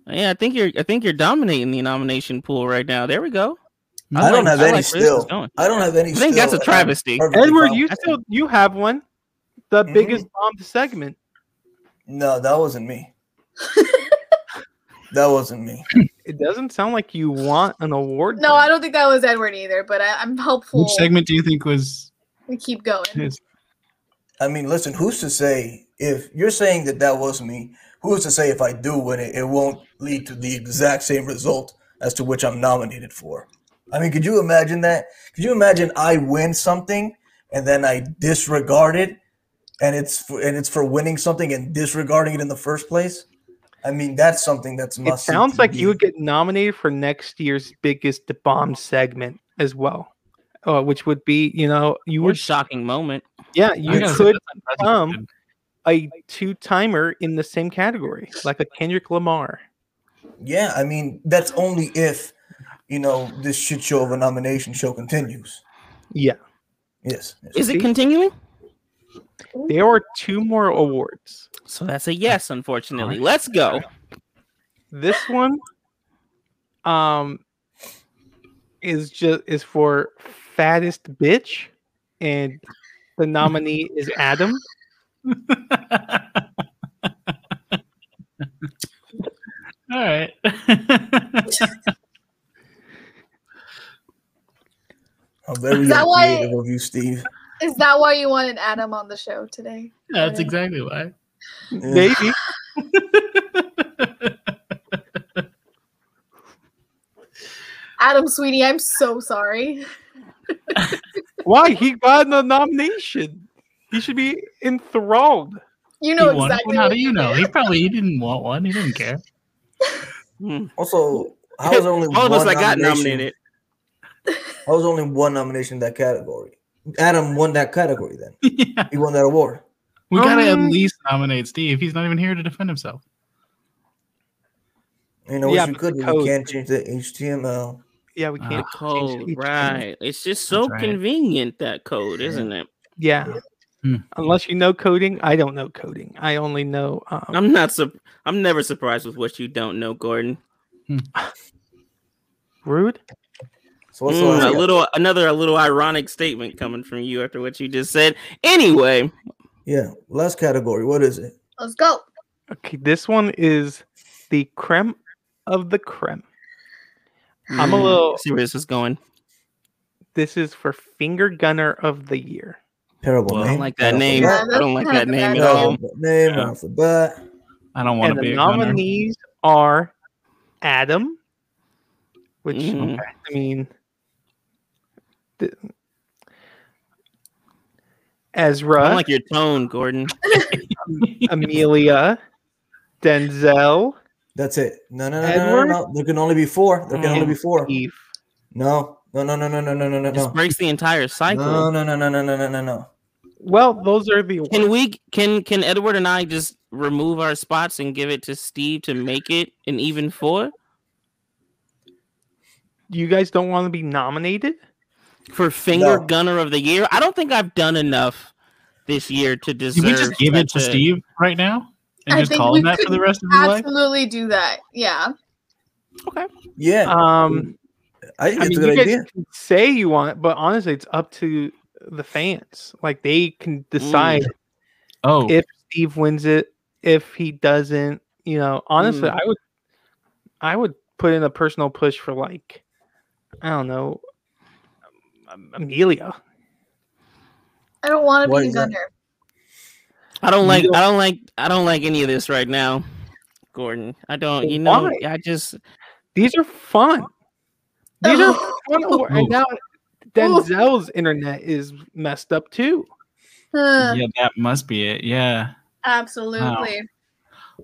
Yeah, I think you're. I think you're dominating the nomination pool right now. There we go.
I don't have
I like where
any
this is
still.
going.
I don't have any.
I think that's a
still, um, and I'm
travesty.
perfectly
Edward,
fine
you
with that.
still you have one. The
Mhm.
biggest bomb segment.
No, that wasn't me. that wasn't me.
It doesn't sound like you want an award.
No,
though.
I don't think that was Edward either, but I, I'm hopeful
Which segment do you think was
we keep going.
his?
I mean, listen, who's to say if you're saying that that was me? Who's to say if I do win it, it won't lead to the exact same result as to which I'm nominated for? I mean, could you imagine that? Could you imagine I win something and then I disregard it, and it's for, and it's for winning something and disregarding it in the first place? I mean, that's something that's
It
must.
sounds like you would get nominated for next year's biggest bomb segment as well, uh, which would be you know you
What a
would
shocking moment.
yeah
I
you
gotta say,
could
that's
become
unprecedented.
a two timer in the same category like a Kendrick Lamar.
Yeah, I mean, that's only if you know this shit show of a nomination show continues.
Yeah,
Yes. yes.
Is it
See?
continuing?
there are two more awards.
So that's a yes, unfortunately. Let's go.
This one, um, is just is for fattest bitch, and the nominee is Adam.
<laughs> All right. <laughs>
How very
Is that why-
creative of you, Steve.
Is that why you wanted Adam on the show today?
that's exactly why.
Yeah.
Maybe
Adam, sweetie, I'm so sorry.
why he got the nomination? He should be enthralled.
You
He
know
won.
exactly.
How
what
do you
did.
know? He probably he didn't want one. He didn't
<laughs>
care.
Hmm.
Also, how
<laughs>
was only
All of us
one
that got
nomination-
nominated.
How was only one nomination in that category? Adam won that category. Then
yeah.
he won that award.
We gotta at
Um,
least nominate Steve. He's not even here to defend himself.
You know, which
Yeah,
we
but the
could. but
code-
We can't change the HTML.
Yeah, we
Uh,
can't.
The code,
each other.
right? It's just so
That's right.
convenient that code, isn't it?
Yeah.
Hmm.
Unless you know coding, I don't know coding. I only know. Um,
I'm not. Su- I'm never surprised with what you don't know, Gordon.
rude.
So what's
Mm,
the
a
last?
little, another, a little ironic statement coming from you after what you just said. Anyway,
Yeah, last category. What is it?
Let's go.
Okay, this one is the creme of the creme. I'm a
Mm,
little-
See where this is going.
This is for finger gunner of the year.
Terrible
I
name.
don't like that
Off the
name.
bat.
I don't like that name at all.
Terrible name off the bat.
I don't want
And
to be
the
a gunner.
nominees are Adam, which
Mm-hmm.
Mhm.
I mean, th- Ezra.
I don't like
<laughs>
your tone, Gordon.
Amelia, Denzel,
That's it. No, no, no, no,
Edward?
no, no. There can only be four. There can only
Mm.
be four.
Eve.
No, no, no, no, no, no, no, no, no,
This
no.
breaks the entire cycle.
No, no, no, no, no, no, no, no, no.
Well, those are the
Can we? Can Can Edward and I just remove our spots and give it to Steve to make it an even four?
you guys don't want to be nominated?
for finger
No.
gunner of the year. I don't think I've done enough this year to
Did
deserve.
we just give it to
such a-
Steve right now and
I
just
think
call
we
him that for
could
the rest of his life?
Absolutely do that. Yeah.
Yeah,
Um,
I think
I mean,
it's a
you
good
guys
idea.
can say you want it, but honestly, it's up to the fans. Like they can decide
Oh,
if Steve wins it, if he doesn't. You know, honestly, I would, I would put in a personal push for like, I don't know, um, Amelia.
I don't want to
Why
be
is that?
Gunner.
I don't like.
You
I don't like. I don't like any of this right now, Gordon. I don't. You know.
Why?
I just.
These are fun. These
<laughs>
are fun. award-
Ooh.
And now Denzel's internet is messed up too.
Huh,
yeah, that must be it. Yeah.
Absolutely.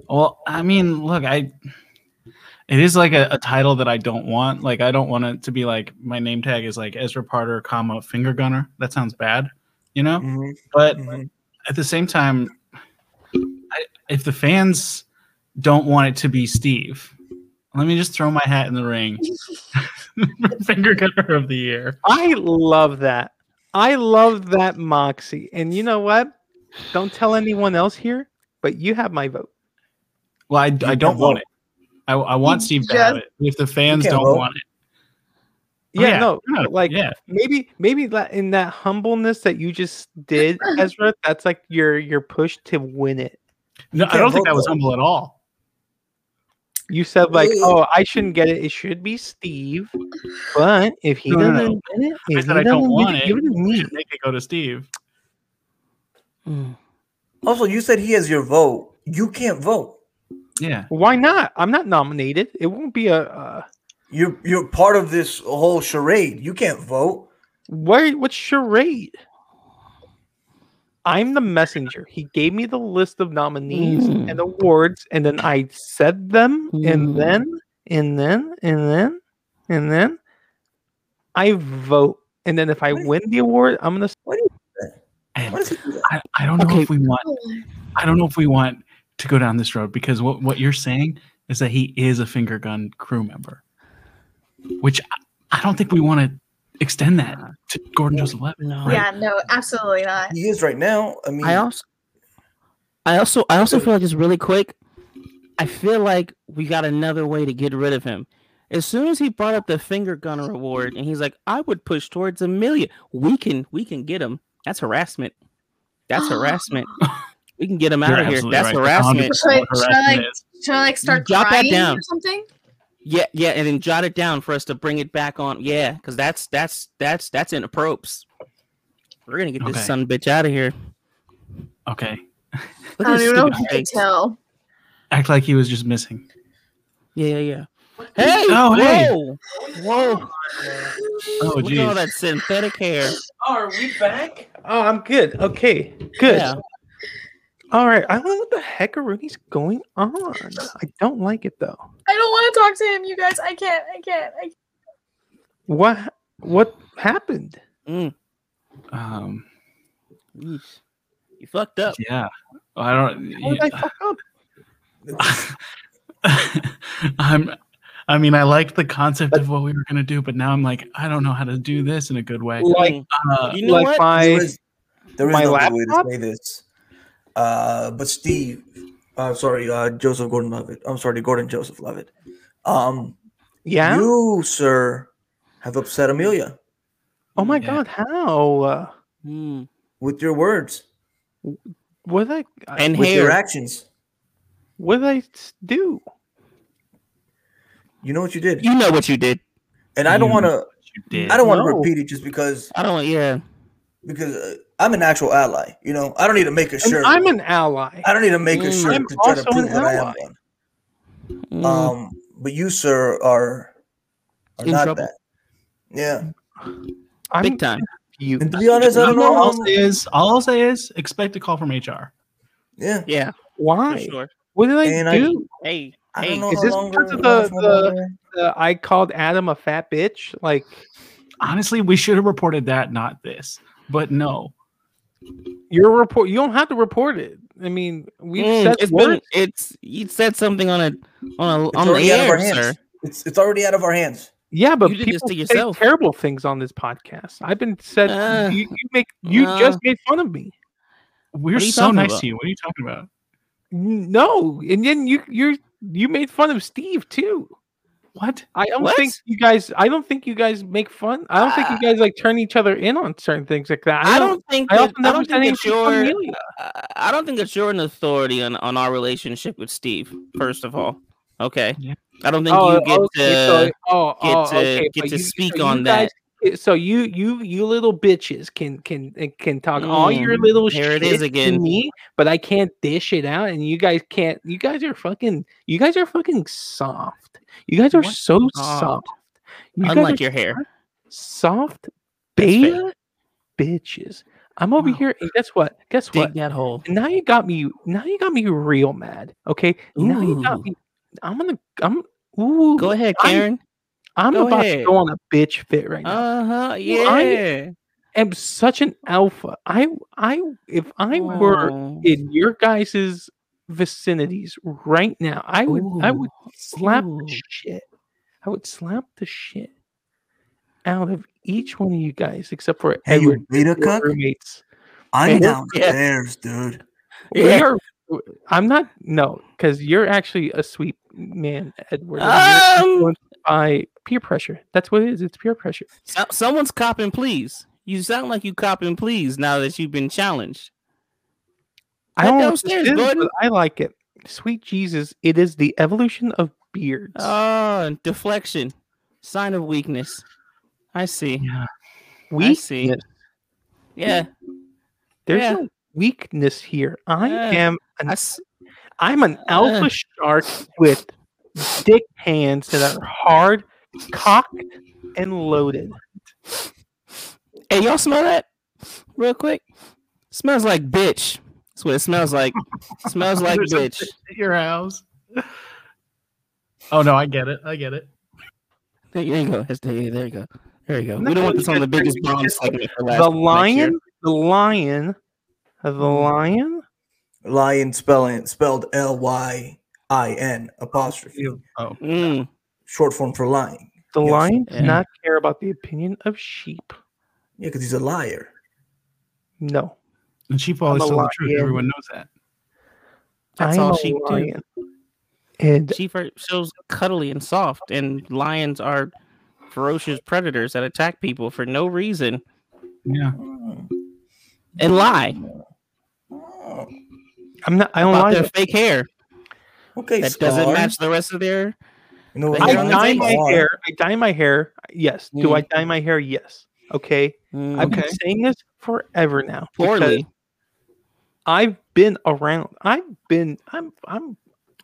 Well, I mean, look, I it is like a, a title that I don't want. Like I don't want it to be like my name tag is like Ezra Parter, comma finger gunner. That sounds bad, you know?
Mhm,
But
mhm.
at the same time, I, if the fans don't want it to be Steve, let me just throw my hat in the ring. <laughs> finger gunner of the year.
I love that. I love that moxie. And you know what? Don't tell anyone else here, but you have my vote.
Well, I, I don't
can
want
vote.
it. I, I want Steve to have it. If the fans
can
don't
vote.
want it, Oh,
Yeah, no,
yeah,
like
yeah,
maybe maybe that in that humbleness that you just did, Ezra, that's like your your push to win it.
no, I
can't
don't think
vote,
that was
though.
humble at all.
You said like,
Ooh.
"Oh, I shouldn't get it. It should be Steve." But if he
No, no, no.
doesn't win it,
I
if
said
he
I don't
doesn't win
want
it,
it.
give it to
We
me.
should Make it go to Steve.
Mm.
Also, you said he has your vote. You can't vote.
Yeah.
Why not? I'm not nominated. It won't be a. Uh,
You're you're part of this whole charade. You can't vote.
Where what's charade? I'm the messenger. He gave me the list of nominees and awards, and then I said them, and
Mm.
then and then and then and then I vote. And then if I win the award, I'm gonna. s-
What is it?
I, I don't know
Okay.
if we want. I don't know if we want to go down this road because what what you're saying is that he is a finger gun crew member, which I- I don't think we want to extend that to Gordon Joseph Levin.
No.
Right.
Yeah, no, absolutely not.
He is right now. I mean,
I also, I also, I also feel like it's really quick. I feel like we got another way to get rid of him. As soon as he brought up the finger gunner award, and he's like, "I would push towards Amelia. We can, we can get him. That's harassment. That's harassment. We can get him out
You're
of here.
absolutely
That's
right.
harassment.
100% what
Should I-
harassment is.
Should I like start
jot that
crying
down.
or something?
Yeah, yeah, and then jot it down for us to bring it back on. Yeah, because that's that's that's that's in appropriate. We're gonna get
Okay.
this son bitch out of here.
Okay.
Look at
I don't
his
even know if
stupid
you can
face.
tell.
Act like he was just missing.
Yeah, yeah, yeah. Hey,
Oh,
whoa,
hey.
whoa!
Oh,
Look at all
geez.
that synthetic hair.
are we back? Oh, I'm good. Okay, good.
Yeah.
All right. I don't know what the heck Rooney's going on. I don't like it though.
I don't want to talk to him, you guys. I can't. I can't. I can't.
What what happened?
Um,
Yeesh. You fucked up.
yeah. I don't.
How did I fuck up?
<laughs> I'm I mean I liked the concept of what we were gonna do, but now I'm like, I don't know how to do this in a good way.
Mm,
Like
Uh,
you know
like
what?
my
there is, there is
my
no good way
laptop?
to say this. Uh, but Steve, uh, sorry, uh, Joseph Gordon Levitt. I'm sorry, Gordon Joseph Levitt. Um,
yeah.
you, sir, have upset Amelia
Oh my
Yeah.
god, how? Uh,
Hmm.
with your words,
what did I,
And
with your
hair.
actions.
what did I s- do?
You know what you did,
You know what you did.
and I don't
You-
want to.
you did.
I don't want to
No.
repeat it just because
I don't. Yeah.
because uh, I'm an actual ally. You know, I don't need to make a
And
shirt.
I'm an ally.
I don't need to make a
Mm.
shirt
I'm
to try to
also an
prove that I am
ally.
one.
Mm.
Um, but you, sir, are are
In
not
trouble.
that. Yeah.
I'm
Big time.
You.
And to be honest, I don't know.
all I'll
how-
say is all I'll say is expect a call from HR.
yeah.
Yeah. For
Why?
sure.
What did I
And I-
do?
Hey.
I
Hey.
don't know
is
how
this
long
because of
we're-
the- the- Uh, I called Adam a fat bitch. Like,
Honestly, we should have reported that, not this. But no.
your report. You don't have to report it. I mean, we've
Mm,
said
it's
words.
been. It's. You said something on a on a
It's
on the
already out of our
air,
hands.
sir.
It's, it's already out of our hands.
Yeah, but
You did this
people
to
say
yourself.
terrible things on this podcast. I've been said
Uh,
you, you make you
uh.
just made fun of me.
We're
What are you
so
talking
nice
about?
to you. What are you talking about?
No, and then you you're you made fun of Steve too.
What?
I don't
What? Ah.
think you guys. I don't think you guys make fun. I don't think you guys like turn each other in on certain things like that.
I don't think
I
that,
also
I don't
never said
think that
anything
you're
Amelia.
I I don't think that you're an authority on, on our relationship with Steve. First of all, okay.
Yeah. Oh, uh,
I don't think you get to.
<laughs>
so- oh,
get
oh,
to-
okay,
get
but
to
you-
speak
so
on
you guys- so you you you little bitches can can can talk all your
Mm,
little
there
shit
it is
to
again.
me, but I can't dish it out, and you guys can't. You guys are fucking. You guys are fucking soft. You guys are
What?
so
Soft.
soft. You guys
unlike
are
your hair.
soft
fair.
beta bitches. I'm over
Wow.
here, and guess what? Guess what?
Dig that hole.
now you got me now you got me real mad okay now you got
Ooh.
me i'm gonna i'm ooh
Go ahead,
I'm-
Karen.
i'm
go
about to
ahead.
go on a bitch fit right now
Uh huh.
I-
Yeah.
i'm such an alpha i i if i were
Oh.
in your guys's vicinities right now i would i would slap
ooh.
the shit i would slap the shit out of each one of you guys except for
Hey,
Edward,
you beta
your
cuck.
roommates
I'm
Hey,
downstairs, dude.
We
Yeah.
are. w- I'm not. No, because you're actually a sweet man, Edward. and you're
Um,
influenced by peer pressure. That's what it is. It's peer pressure.
so- someone's copping, please. You sound like you copping, please. Now that you've been challenged,
I
Head
don't know what this
downstairs,
is, but
Gordon.
I like it. Sweet Jesus, it is the evolution of beards.
oh, deflection, sign of weakness. I see.
Yeah.
I
Weak-
see. Yeah,
There's
yeah.
no weakness here. I
Yeah.
am.
I
An,
s- Uh.
I'm an alpha shark with dick hands that are hard, cocked, and loaded.
Hey, y'all smell that? Real quick. Smells like bitch. That's what it smells like.
<laughs>
smells like
There's a
bitch.
bitch At your house. <laughs> Oh no, I get it. I get it.
There there you go. That's- There you there you go. There you go.
Isn't
We
that
don't want
funny?
this on the
Because
biggest
Christmas
bomb
is
segment for last.
The
next year.
lion, the lion, the lion.
Lion spelling spelled L Y I N apostrophe.
Oh,
Mm.
Short form for lying.
The
Yes.
lion does
Yeah.
not care about the opinion of sheep.
Yeah, because he's a liar.
No,
and sheep
I'm
always
a
tell the
lion.
truth. Everyone knows that.
That's
I am
all
a
sheep do.
lion. And
Sheep are so cuddly and soft, and lions are ferocious predators that attack people for no reason
Yeah.
Hmm.
and lie
Oh,
I'm not. I don't
about
lie.
their fake hair
Okay,
that doesn't
Scar.
match the rest of their.
You know what
I
hair on
lions
the
dye
table.
my
are?
hair. I dye my hair. Yes. Do I
Mm.
dye my hair? Yes. Okay. I've
Mm,
been
Okay.
saying this forever now. because
poorly.
I've been around. I've been. I'm. I'm.
Are you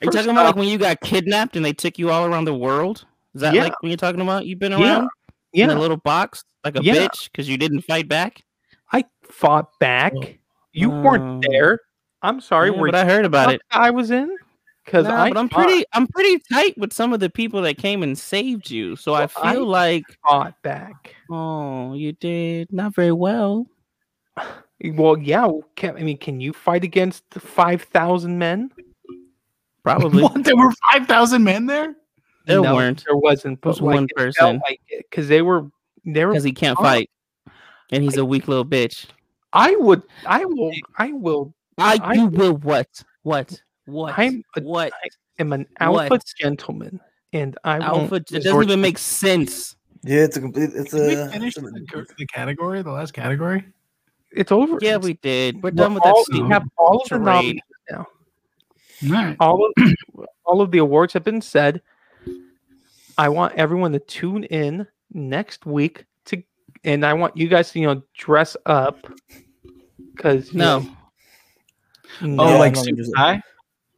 first
talking about
off,
like when you got kidnapped and they took you all around the world? Is that
Yeah.
like when you're talking about you've been
Yeah,
around in a
yeah.
little box like a
Yeah.
bitch because you didn't fight back?
I fought back. You weren't
Oh.
there. I'm sorry.
Yeah,
were
but
you
I heard about
fucked
it.
I was in. Because
Nah,
I
but I'm
fought-
pretty I'm pretty tight with some of the people that came and saved you. So I
Well, I-
feel like
fought back.
oh, you did not very well.
Eh, Well, yeah. well, Can, I mean, can you fight against five thousand men?
<laughs>
<laughs>
Probably
What? There were five thousand men there.
there weren't
There wasn't. But
was
like,
one
it felt
person.
like it because they were. They were.
because he can't
Oh.
fight. And he's a weak little bitch.
I would. I will. I will.
I,
I-
you will what? What? What?
I'm a-
what?
Am an alpha
What?
gentleman, and I
Alpha
won't
it doesn't
resort
even
to-
make sense.
Yeah, it's a complete. It's uh,
Did
a.
we finish
it's a-
the, cur- the category? The last category?
It's over.
Yeah,
It's-
we did. We're
we're
done with
all-
that
We
stupid
song.
have all of the
charade.
nominees now.
All right.
Oh,
All of <clears throat> all of the awards have been said. I want everyone to tune in next week to, and I want you guys to you know dress up because
No.
no.
Oh,
Yeah,
like
I'm not
super
interested.
high?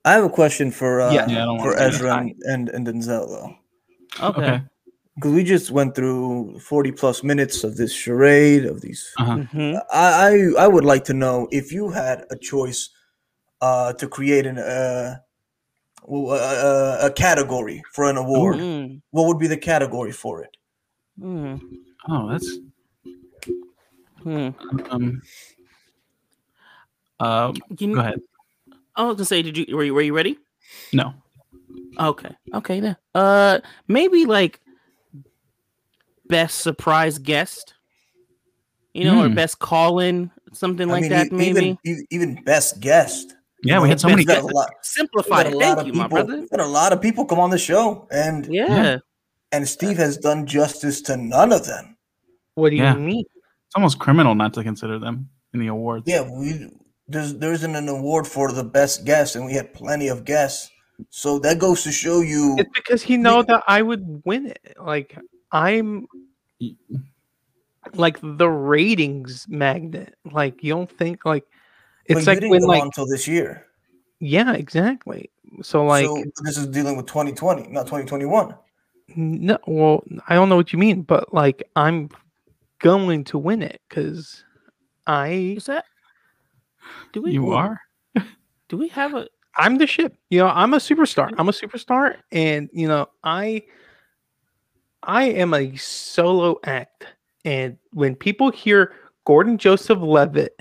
I have a question for uh,
Yeah.
Yeah, I don't
for
want to do
Ezra and, and, and Denzel though,
Okay.
Okay.
because we just went through forty plus minutes of this charade of these.
Uh-huh.
Mhm.
I I, I would like to know if you had a choice, uh, to create an uh, w- uh, a category for an award.
Mm,
What would be the category for it?
mm,
Oh, that's
mm.
um. Uh,
You-
go ahead.
I was gonna say, did you were you were you ready?
No.
Okay. Okay. Yeah. Uh, maybe like best surprise guest, you know, or
Hmm.
best call in, something like
I mean,
that,
e-
maybe.
even e- even best guest.
Yeah, we had so
Best
many.
We've got
guest.
a lot. we've
Simplify
got a
it.
lot
Thank
of
you,
people.
my brother.
we've got a lot of people come on the show, and
Yeah.
and Steve has done justice to none of them.
What do
Yeah.
you mean?
It's almost criminal not to consider them in the awards.
Yeah, we there's there isn't an award for the best guest, and we had plenty of guests. So that goes to show you.
It's because he know that I would win it. Like I'm
Y-
like the ratings magnet. Like you don't think like it's
but you
like
didn't
when
come
like
on until this year.
yeah, exactly. So like
so this is dealing with 2020,
<laughs>
not 2021.
no well, I don't know what you mean, but like I'm going to win it cuz I
Is that? Do we?
You are.
Do we have a?
I'm the ship. You know, I'm a superstar. I'm a superstar, and you know, I I am a solo act. And when people hear Gordon Joseph Levitt,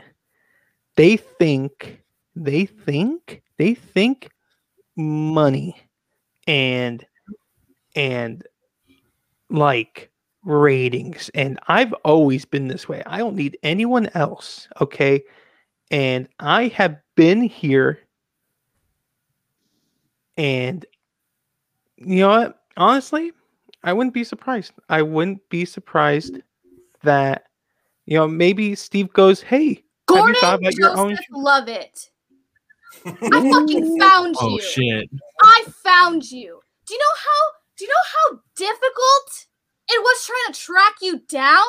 they think they think they think money and and like ratings. And I've always been this way. I don't need anyone else. Okay. And I have been here and you know what? Honestly, I wouldn't be surprised. I wouldn't be surprised that you know maybe Steve goes, "Hey, Have you
Gordon,
thought about your own
Joseph Lovett. I fucking found
Oh
you.
shit!
I found you. Do you know how? Do you know how difficult it was trying to track you down?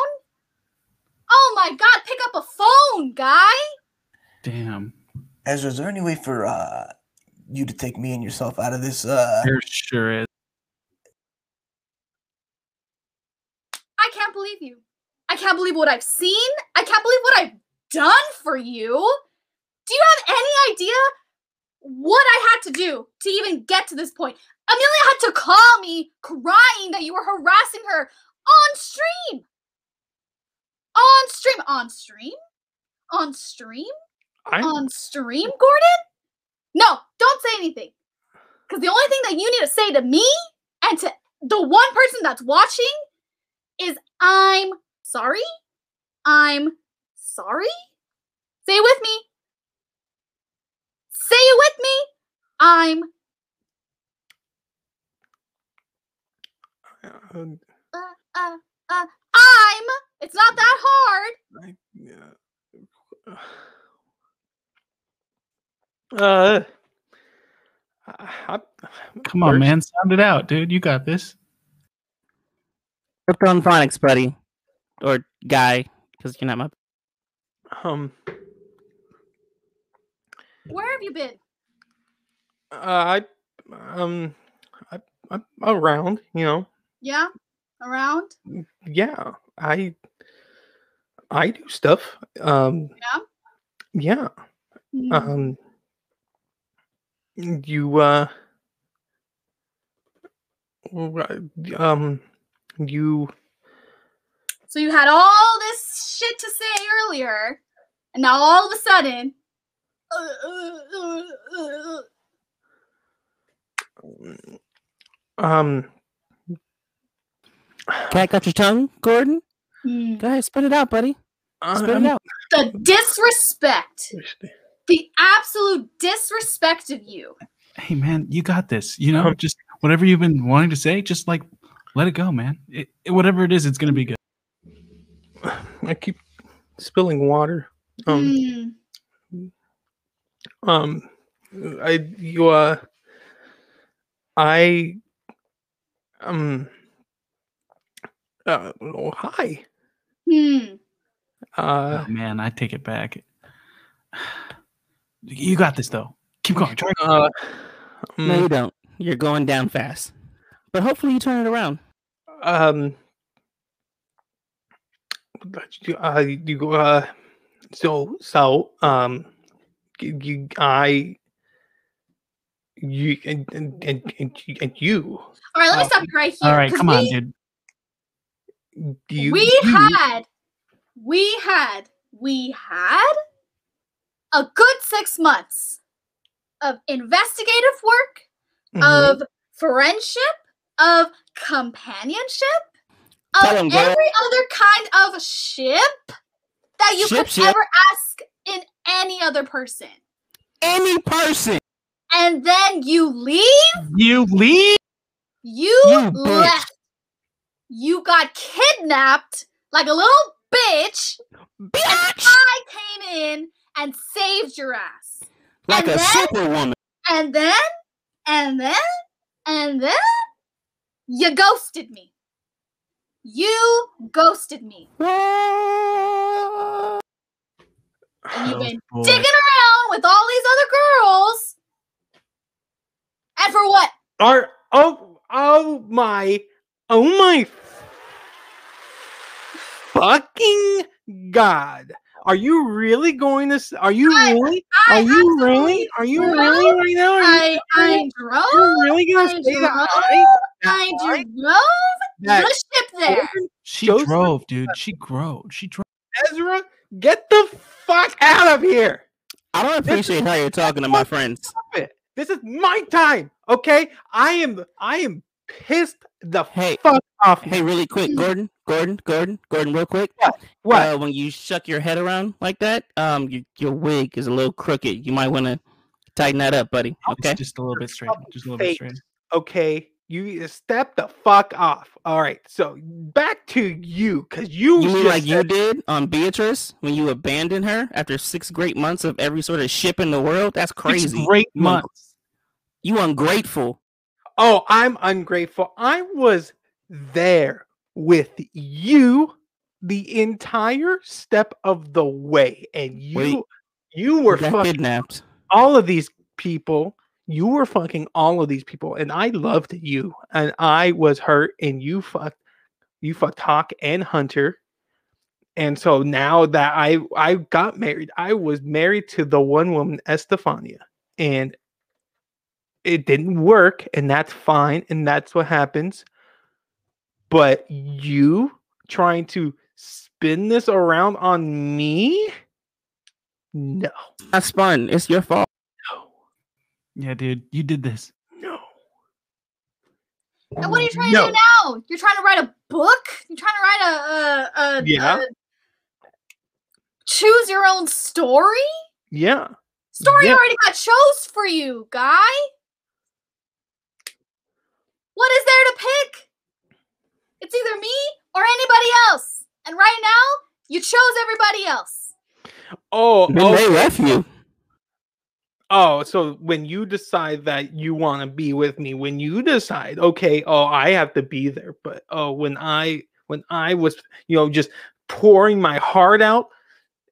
Oh my God! Pick up a phone, guy.
Damn.
Ezra, is there any way for uh, you to take me and yourself out of this? Uh,
There sure is.
I can't believe you. I can't believe what I've seen. I can't believe what I've done for you. Do you have any idea what I had to do to even get to this point? Amelia had to call me crying that you were harassing her on stream. On stream. On stream? On stream?
I'm
on stream, Gordon? No, don't say anything. Because the only thing that you need to say to me and to the one person that's watching is I'm sorry. I'm sorry. Say it with me. Say it with me. I'm
uh,
uh uh I'm it's not that hard.
I- yeah. <sighs> uh, I, I-
Come on, man, sound it out, dude. You got this.
Krypton phonics, buddy, or guy, because you're not my.
Um,
Where have you been?
uh, I, um, I, I'm around. You know,
Yeah? Around?
yeah i i do stuff um
Yeah?
yeah
Mm.
Mm-hmm.
um you uh w- um you
So you had all this shit to say earlier, and now all of a sudden.
um
Cat got your tongue, Gordon.
Mm.
Go ahead, spit it out, buddy. Spit
Uh, I'm
it out.
The disrespect,
thirsty.
the absolute disrespect of you.
Hey, man, you got this. You know,
Um,
just whatever you've been wanting to say, just like let it go, man. It, it- whatever it is, it's gonna be good.
<sighs> i keep spilling water um
Mm.
Mm.
um i you uh i um uh oh, hi
Hmm.
uh
Oh, man, I take it back. You got this, though. Keep going. Try.
uh
No,
mm,
you don't. You're going down fast, but hopefully you turn it around.
um but you- uh you go uh so so um you- you i you and and and, and, you- and you
All right, let me
Oh.
stop you right here.
All right,
'cause
come
we,
on, dude.
do you
we
you-
had, we had, we had a good six months of investigative work,
Mhm.
of friendship, of companionship. of
Tell 'em, girl.
every other kind of ship that you
Ship,
could
ship.
ever ask in any other person.
Any person.
And then you leave,
You leave.
you,
You bitch.
left. You got kidnapped like a little bitch.
Bitch.
I came in and saved your ass.
Like a
and then-
superwoman.
And then, and then, and then, you ghosted me. You ghosted me. And
Oh,
<sighs> you've been
Boy.
digging around with all these other girls. And for what?
Are oh oh my oh my fucking god! Are you really going to? s- Are you
I-
really?
I
Are you
absolutely-
really? Are you
Well,
really right now? Are
I, I
you,
drove.
you really
I
gonna say that? I,
drove-
that
I
I-
drove
that
the ship there.
She
Joseph-
drove, dude. She drove. She drove.
Ezra, get the fuck out of here!
I don't appreciate how you're talking to my friends.
Stop it. This is my time, okay? I am I am pissed the
Hey.
fuck off.
Hey, really quick, Gordon, Gordon, Gordon, Gordon, real quick.
What?
Uh, when you shuck your head around like that, um, your, your wig is a little crooked. You might want to tighten that up, buddy. Okay.
It's just a little bit straight. Just a little
Fake.
bit straight.
okay, you step the fuck off. All right, so back to you, cause you,
You mean
just
like you
said-
did on Beatrice when you abandoned her after six great months of every sort of ship in the world? That's
Six
crazy.
great
You un-
months.
You ungrateful.
Oh, I'm ungrateful. I was there with you the entire step of the way, and you
Wait.
you
You
were
got
fucking
kidnapped.
all of these people. You were fucking all of these people, and I loved you, and I was hurt, and you fucked, you fucked Hawk and Hunter, and so now that I I got married, I was married to the one woman Estefania, and it didn't work, and that's fine, and that's what happens. But you trying to spin this around on me? No,
That's fun. It's your fault.
no,
Yeah, dude. You did this.
no.
And what are you trying
Oh, No.
to do now? You're trying to write a book? You're trying to write a. a, a
Yeah.
a- choose your own story?
Yeah.
Story
Yeah.
already got chose for you, guy. What is there to pick? It's either me or anybody else. And right now, you chose everybody else.
Oh,
Then
oh,
they left you.
oh, so when you decide that you want to be with me, when you decide, okay, oh, I have to be there, but oh, when I when I was, you know, just pouring my heart out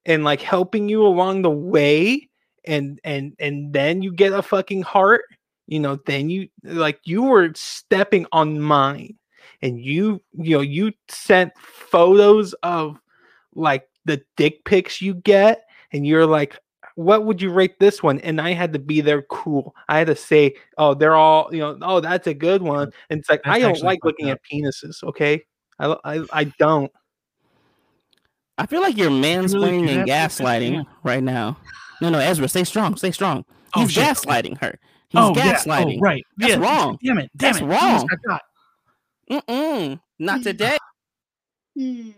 and like helping you along the way and and and then you get a fucking heart, you know, then you like you were stepping on mine and you you know, you sent photos of like the dick pics you get and you're like what would you rate this one? And I had to be there cool. I had to say, oh, they're all, you know, oh, that's a good one. And it's like,
That's
I don't
actually
like
fucked
looking
up.
at penises, okay? I, lo- I, I don't.
I feel like you're mansplaining and
kidnapped her?
gaslighting
Yeah.
right now. No, no, Ezra, stay strong. Stay strong.
Oh,
He's
shit.
gaslighting her. He's
Oh, yeah.
gaslighting.
Oh, right.
That's
yeah.
wrong.
Damn it. Damn
That's
it. I almost
wrong.
got caught.
Mm-mm. Not
Mm.
today.
Hmm.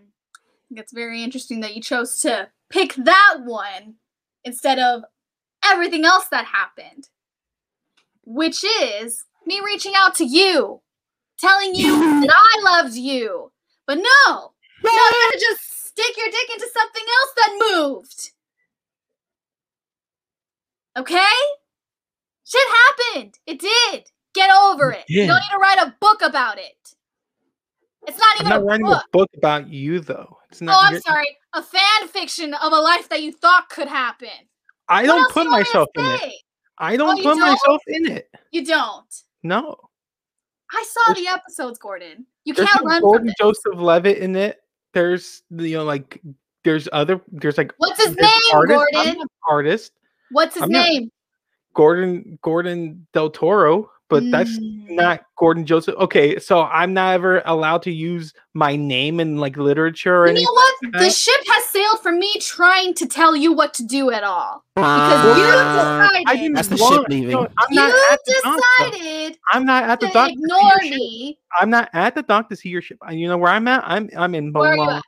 That's very interesting that you chose to pick that one instead of everything else that happened, which is me reaching out to you, telling you that I loved you. But no, no, you had to just stick your dick into something else that moved. Okay? Shit happened. It did. Get over it. You don't
did.
need to write a book about it. It's not
I'm
even
not
a
writing
book.
a book about you, though. It's not.
Oh, I'm
your-
sorry. A fan fiction of a life that you thought could happen.
I
What
don't
else
put
you want me to
myself in it.
say? Oh,
I don't
you
put
don't?
myself in it.
You don't.
No.
I saw the episodes, Gordon. You
There's
can't
no
run from
Gordon
it.
Joseph Levitt in it. There's you know like there's other there's like
What's his
there's
name,
artist- I'm
Gordon?
not an artist
What's his
I'm not-
name?
Gordon Gordon Del Toro, but that's
Mm.
not Gordon Joseph. Okay, so I'm not ever allowed to use my name in like literature or
You
anything.
know what?
like
The
that.
ship has sailed for me trying to tell you what to do at all. Because you decided.
I Uh, didn't
That's the
want-
ship leaving.
no, I'm not
you
at the doctor.
decided
I'm not at the
to
dock. to see your
ignore
ship.
me.
I'm not at the dock to see your ship. And you know where I'm at? I'm I'm in
Where are you
Milan.
at?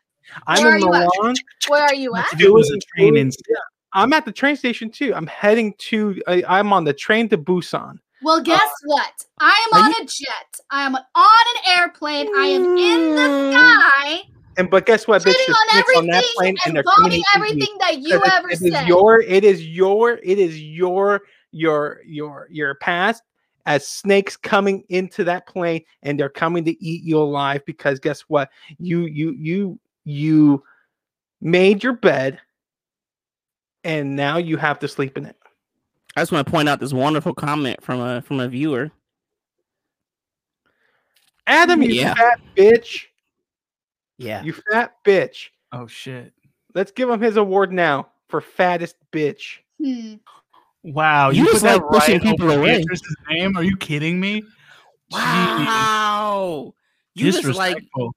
I'm
Where
in
are you at?
Milan.
Where are you at?
What to do was a
Doing-
train
doing-
in
yeah, I'm at the train station too. I'm heading to. I, I'm on the train to Busan.
Well, guess
Oh.
what? I am
are
on a jet. I am on an airplane. I am in
Mm.
the sky,
And but guess what, bitch?
shooting
There's
on
snakes
everything and
they're
bombing
coming to you.
everything that you
Because
ever
it is
said.
your. It is your. It is your. Your. Your. Your past as snakes coming into that plane and they're coming to eat you alive because guess what? You. You. You. You made your bed, and now you have to sleep in it.
I just want to point out this wonderful comment from a from a viewer.
Adam, you
Yeah.
fat bitch.
Yeah.
You fat bitch.
Oh shit!
Let's give him his award now for fattest bitch.
Hmm.
Wow,
You just like pushing
right
people
over
away.
Beatrice's name? Are you kidding me? Jeez,
Wow. You just like
disrespectful.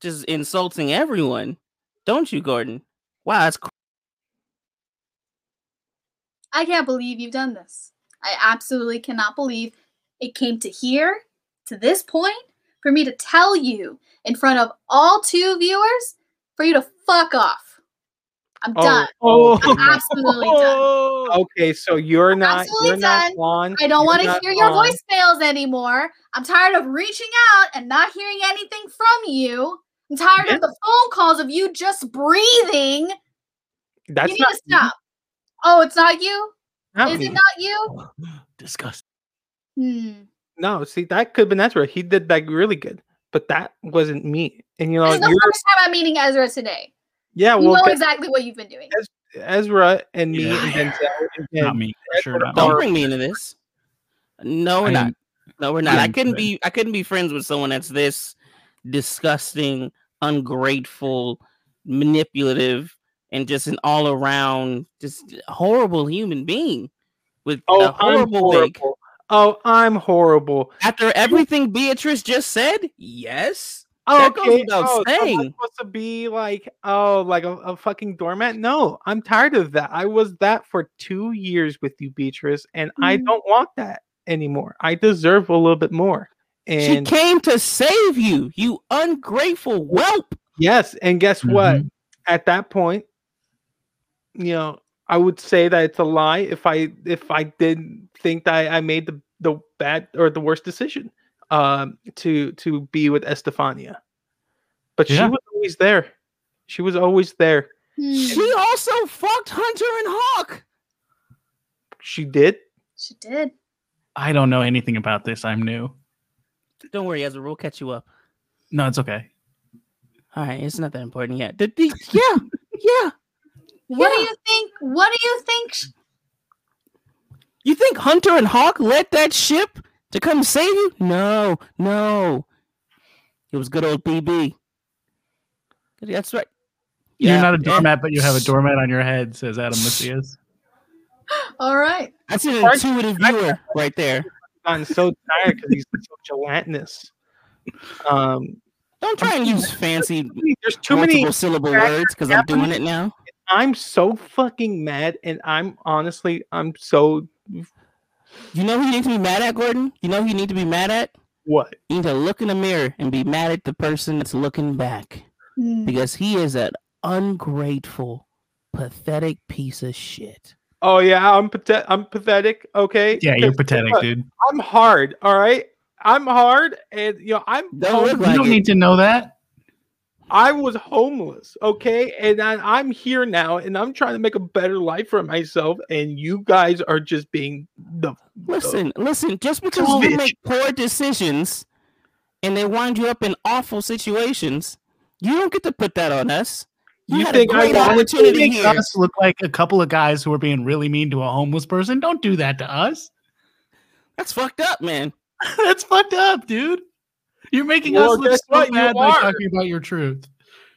just insulting everyone, don't you, Gordon? Wow, that's cr-
I can't believe you've done this. I absolutely cannot believe it came to here, to this point, for me to tell you in front of all two viewers for you to fuck off. I'm done.
Oh,
I'm
<laughs>
absolutely done.
Oh!
okay. So you're not
absolutely
you're not
done.
on.
I don't
you're
want to
not
hear your
on.
voice voicemails anymore. I'm tired of reaching out and not hearing anything from you. I'm tired of the phone calls of you just breathing.
That's
you need
not,
to stop. Oh, it's not you?
not
Is
me.
it not you?
Oh, Disgusting.
Hmm.
no, see that could have been Ezra. He did that really good, but that wasn't me. And you know,
This is the
you're
first time I'm meeting Ezra today.
yeah,
you
well,
know
guess
exactly what you've been doing.
Ezra and me
You're a
and
liar.
Denzel and
Not me. for Sure. Not
don't
Or-
bring me into this. No, we're
I
not.
am-
No, we're not. I
am
couldn't
good.
be. I couldn't be friends with someone that's this disgusting, ungrateful, manipulative, and just an all-around, just horrible human being with a
oh, I'm
horrible wig.
horrible. Oh, I'm horrible.
After everything Beatrice just said, yes.
Oh,
That goes
okay.
without
oh, so am I
saying.
supposed to be like, oh, like a, a fucking doormat? No, I'm tired of that. I was that for two years with you, Beatrice, and I
Mm.
don't want that anymore. I deserve a little bit more. And
she came to save you, you ungrateful whelp.
yes, and guess what? At that point, you know, I would say that it's a lie if I if I did think that I, I made the the bad or the worst decision um to to be with Estefania. But she
Yeah.
was always there. She was always there.
Hmm,
She also fucked Hunter and Hawk.
She did.
she did.
I don't know anything about this. I'm new.
Don't worry, Ezra, we'll catch you up.
No, it's okay.
All right, it's not that important yet. The- the- yeah, yeah.
What do
Yeah.
you think? What do you think? sh-
You think Hunter and Hawk let that ship to come save you? No, no. It was good old BB. That's right. Yeah,
You're not a
yeah.
doormat, but you have a doormat on your head, says Adam
<laughs>
Macias.
All right.
That's an
Aren't-
intuitive viewer right there.
gotten so tired because he's so gelatinous. Um,
Don't try and use fancy
there's too
two
many.
multiple syllable
factors
words because I'm doing
happening.
it now.
I'm so fucking mad, and I'm honestly, I'm so
You know who you need to be mad at, Gordon? You know who you need to be mad at?
what?
You need to look in the mirror and be mad at the person that's looking back
Hmm.
because he is an ungrateful, pathetic piece of shit.
Oh yeah, I'm pathet- I'm pathetic. Okay.
Yeah, you're
Because
pathetic,
look,
dude.
I'm hard. All right. I'm hard, and you know I'm.
Don't
home-
look
You
like
don't
it.
need to know that.
I was homeless, okay, and I, I'm here now, and I'm trying to make a better life for myself. And you guys are just being the
Listen, listen, just because you
bitch.
make poor decisions and they wind you up in awful situations, you don't get to put that on us. You,
You
had
think
a
I
great
want-
It
opportunity
makes
here.
us look like a couple of guys who are being really mean to a homeless person. Don't do that to us. <laughs>
That's fucked up, man.
That's fucked up, dude. You're making
Well,
us look
guess
so
what? You
bad by
are.
talking about your truth.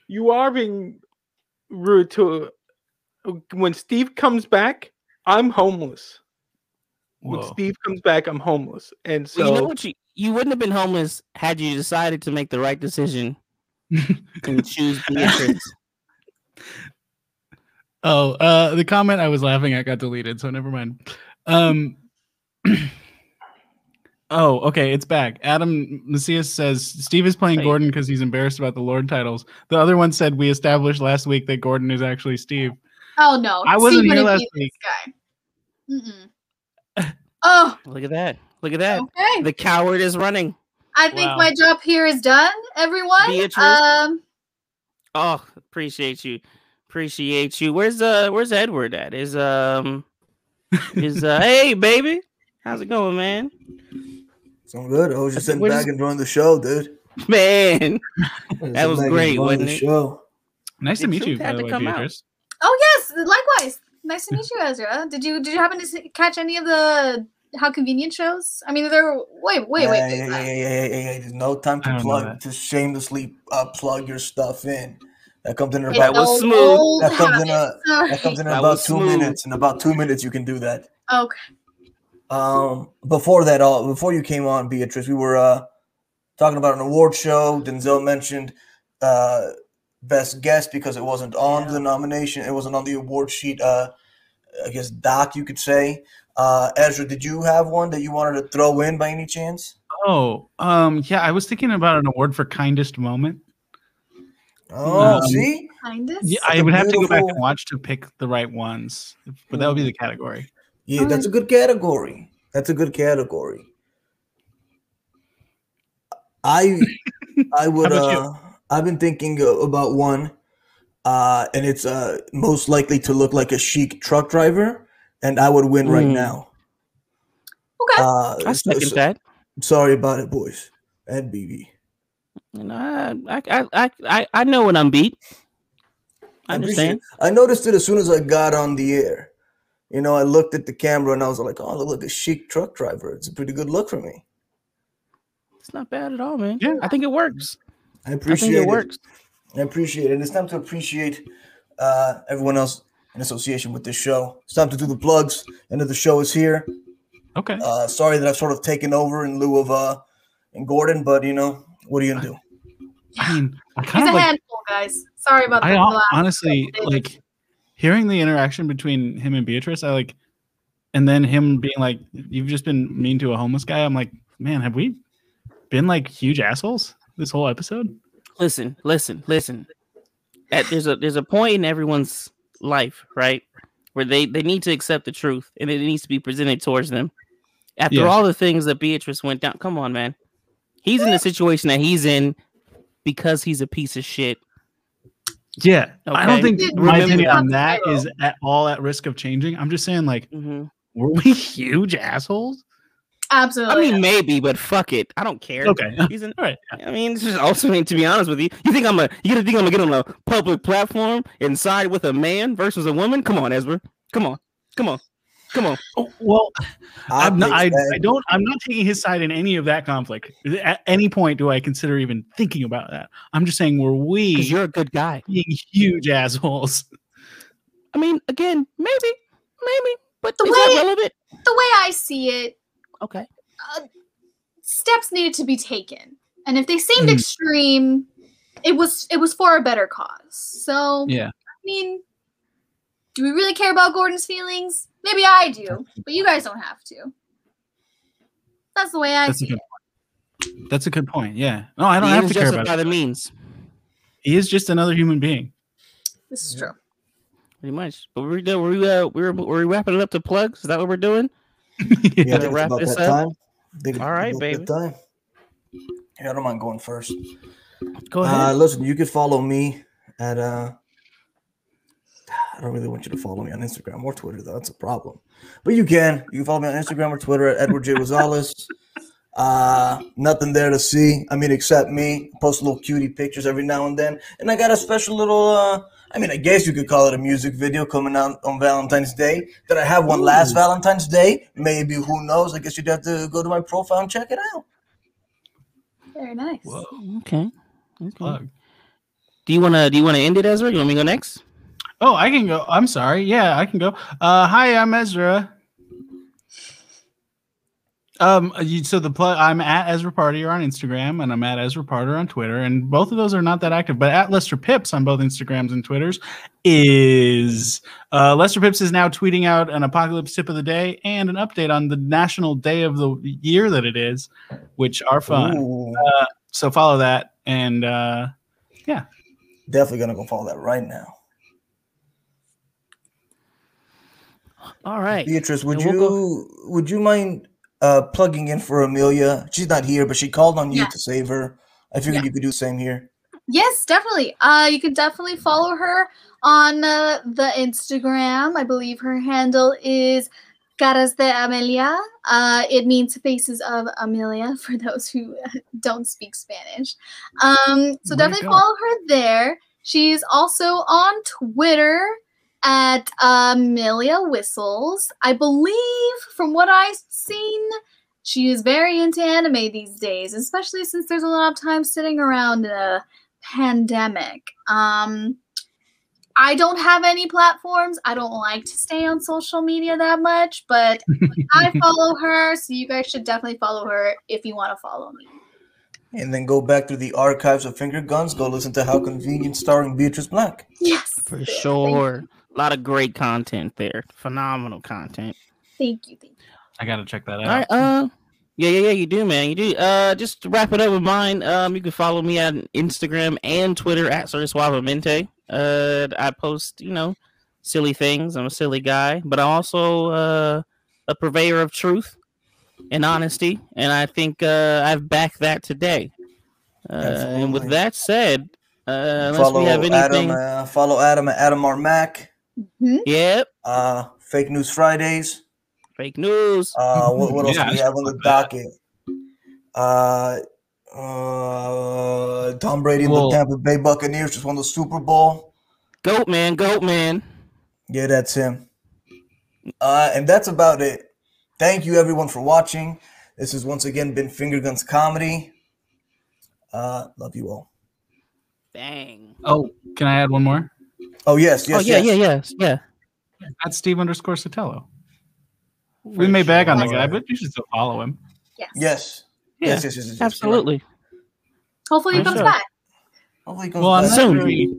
you are being rude to when Steve comes back. I'm homeless. When
Whoa.
Steve comes back, I'm homeless. And so
Well, you know what you you wouldn't have been homeless had you decided to make the right
<laughs>
decision and choose the entrance.
Oh, uh, the comment I was laughing at got deleted, so never mind. Um, <clears throat> oh, okay, it's back. Adam Macias says Steve is playing
Wait.
Gordon because he's embarrassed about the Lord titles. The other one said we established last week that Gordon is actually Steve.
Oh no,
I wasn't
Steve
here
wouldn't
last
be
week.
This guy. Mm-mm.
<laughs>
oh,
Look at that. Look at that.
okay.
The coward is running.
I think
Wow.
my job here is done, everyone.
Beatrice?
Um,
Oh, appreciate you. Appreciate you. Where's uh where's Edward at? Is um is uh hey baby. How's it going, man? <laughs>
It's all good. I was just sitting
Where's-
back and enjoying the
<laughs>
show, dude.
Man. That was great, wasn't
the
it?
Show.
Nice
The
to meet you,
truth
by
had
the
to
way,
come out.
Beatrice.
oh yes, likewise. Nice to meet you, Ezra. Did you did you happen to see- catch any of the how convenient shows? I mean, there. Wait, wait, wait.
Yeah,
wait.
yeah, yeah, yeah, yeah, yeah, yeah. There's no time
I
to
don't know
plug
that.
to shamelessly uh, plug your stuff in. That comes in
It's
about
That was
an
smooth.
old
That comes in uh,
habit. <laughs>
that
Sorry.
comes in
That
about
was
two
smooth.
minutes. In about two minutes, you can do that.
Okay.
Um, before that, all before you came on, Beatrice, we were uh talking about an award show. Denzel mentioned uh best guest because it wasn't on the nomination. It wasn't on the award sheet. Uh, I guess doc, you could say. Uh, Ezra, did you have one that you wanted to throw in by any chance?
Oh, um, yeah, I was thinking about an award for kindest moment.
Oh,
Um,
see,
Kindest.
Yeah,
That's
I
a
would have to go back and
beautiful-
watch to pick the right ones, but that would be
Mm-hmm.
the category.
yeah, that's a good category. That's a good category. I
<laughs>
I would
about you?
uh I've been thinking uh, about one uh and it's uh most likely to look like a chic truck driver and I would win right
Mm.
now.
Okay.
Uh
I
so-
second
so-
that.
sorry about it boys and BB.
And I, I I I I I know when I'm beat. I
appreciate-
understand.
I noticed it as soon as I got on the air. You know, I looked at the camera and I was like, "Oh, look, a chic truck driver. It's a pretty good look for me."
It's not bad at all, man.
Yeah.
I think it works. I
I
think
appreciate
it
it.
works.
I appreciate it. And it's time to appreciate uh, everyone else in association with this show. It's time to do the plugs. End of the show is here.
Okay.
Oh.
Uh, sorry that I've sort of taken over in lieu of uh, and Gordon, but you know what are you gonna do?
I mean, I
He's
kind
a
of like
handful, guys. Sorry about
I
that.
hon-
laugh.
honestly
couple days.
like hearing the interaction between him and Beatrice. I like, and then him being like, "You've just been mean to a homeless guy." I'm like, man, have we been like huge assholes this whole episode?
listen, listen, listen. At, there's a there's a point in everyone's life, right, where they they need to accept the truth and it needs to be presented towards them. After
Yeah.
all the things that Beatrice went down, come on, man. He's in the situation that he's in because he's a piece of shit.
Yeah, I don't
Okay.
think
Dude,
my
remember
opinion
that.
on that is at all at risk of changing. I'm just saying, like,
Mhm.
were we <laughs> huge assholes?
I
Absolutely.
mean, maybe, but fuck it, I don't care.
Okay,
He's an,
all right.
I mean, it's just ultimately, to be honest with you, you think I'm a you gonna think I'm gonna get on a public platform and side with a man versus a woman? Come on, Ezra. Come on, come on, come on.
Oh, well,
I'll
I'm not. I,
take that.
I don't. I'm not taking his side in any of that conflict. At any point, do I consider even thinking about that? I'm just saying, were we?
Because you're a good guy.
being huge assholes.
I mean, again, maybe, maybe, but
The
is that
way-
relevant?
the way I see it,
Okay.
steps needed to be taken, and if they seemed
Mm.
extreme, it was it was for a better cause. So
Yeah.
I mean, do we really care about Gordon's feelings? Maybe I do, but you guys don't have to. That's the way I
That's a
see
good
it.
point. That's a good point. Yeah. No, I don't have to care about
by
it.
the means,
He is just another human being. <laughs>
This is true.
pretty much. But we're done. Were we, uh, we were, were we wrapping it up to plugs? Is that what we're doing?
Yeah, I
to
think it's
wrap
about
this
that
up?
time. I think it's
All right,
about
baby.
that time. Yeah, I don't mind going first.
Go
Uh,
ahead.
listen, you can follow me at. Uh, I don't really want you to follow me on Instagram or Twitter, though. That's a problem. But you can. You can follow me on Instagram or Twitter at Edward J. Rosales. Uh, nothing there to see. I mean, except me. Post little cutie pictures every now and then. And I got a special little. Uh, I mean, I guess you could call it a music video coming out on Valentine's Day. Did I have one last Valentine's Day? Maybe. Who knows? I guess you'd have to go to my profile and check it out.
Very nice.
okay. okay.
Plug.
Do you wanna do you wanna end it, Ezra? You want me to go next?
Oh, I can go. I'm sorry. Yeah, I can go. Uh, hi, I'm Ezra. Um, you, so the plug I'm at Ezra Partier on Instagram and I'm at Ezra Partier on Twitter, and both of those are not that active. But at Lester Pips on both Instagrams and Twitters is uh, Lester Pips is now tweeting out an apocalypse tip of the day and an update on the national day of the year that it is, which are fun.
Ooh,
So follow that, and uh,
definitely gonna go follow that right now.
All right.
Beatrice, would
Yeah,
you
we'll
would you mind uh, plugging in for Amelia? She's not here, but she called on you
Yeah.
to save her. I figured
Yeah.
you could do the same here.
Yes, definitely. Uh, you can definitely follow her on uh, the Instagram. I believe her handle is Caras de Amelia. Uh, it means faces of Amelia <laughs> for those who don't speak Spanish. Um,
Way to
so definitely
go.
follow her there. She's also on Twitter at Amelia Whistles. I believe, from what I've seen, she is very into anime these days, especially since there's a lot of time sitting around in a pandemic. Um, I don't have any platforms. I don't like to stay on social media that much,
<laughs>
but I follow her, so you guys should definitely follow her if you want to follow me.
And then go back through the archives of Finger Guns. Go listen to How Convenient, starring Beatrice Black.
Yes,
For
thank-
sure. A lot of great content there. Phenomenal content.
Thank you. Thank you.
I gotta check that out.
All right. Uh, yeah, yeah, yeah. You do, man. You do. Uh, just to wrap it up with mine. Um, you can follow me on Instagram and Twitter at Sir Suavemente. Uh, I post, you know, silly things. I'm a silly guy, but I'm also uh, a purveyor of truth and honesty, and I think uh, I've backed that today. Uh, and
Absolutely.
with that said, uh, unless
follow
we have anything,
Adam. Uh, follow Adam at Adam R Mac.
Mhm.
yep,
Uh, Fake News Fridays.
fake news.
Uh, what, what else
Yeah,
do we
I
have on the docket? Uh, uh, Tom Brady and
Well-
the Tampa Bay Buccaneers just won the Super Bowl.
Goat man, goat man.
Yeah, that's him. Uh, and that's about it. Thank you, everyone, for watching. This has once again been Finger Guns Comedy. Uh, love you all.
Bang.
Oh, can I add one more?
Oh yes, yes,
oh yeah,
yes.
yeah, yes, yeah.
At Steve underscore Sotelo. We
For
may bag on the
sure.
guy, but you should still follow him.
Yes.
Yes.
Yeah,
yes, yes, yes, yes, yes.
Absolutely.
Hopefully he
For
comes
sure.
back.
Hopefully it goes
Well, on
back.
that
Soon.
very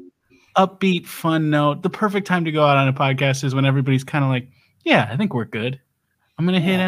upbeat, fun note, the perfect time to go out on a podcast is when everybody's kind of like, "Yeah, I think we're good. I'm gonna hit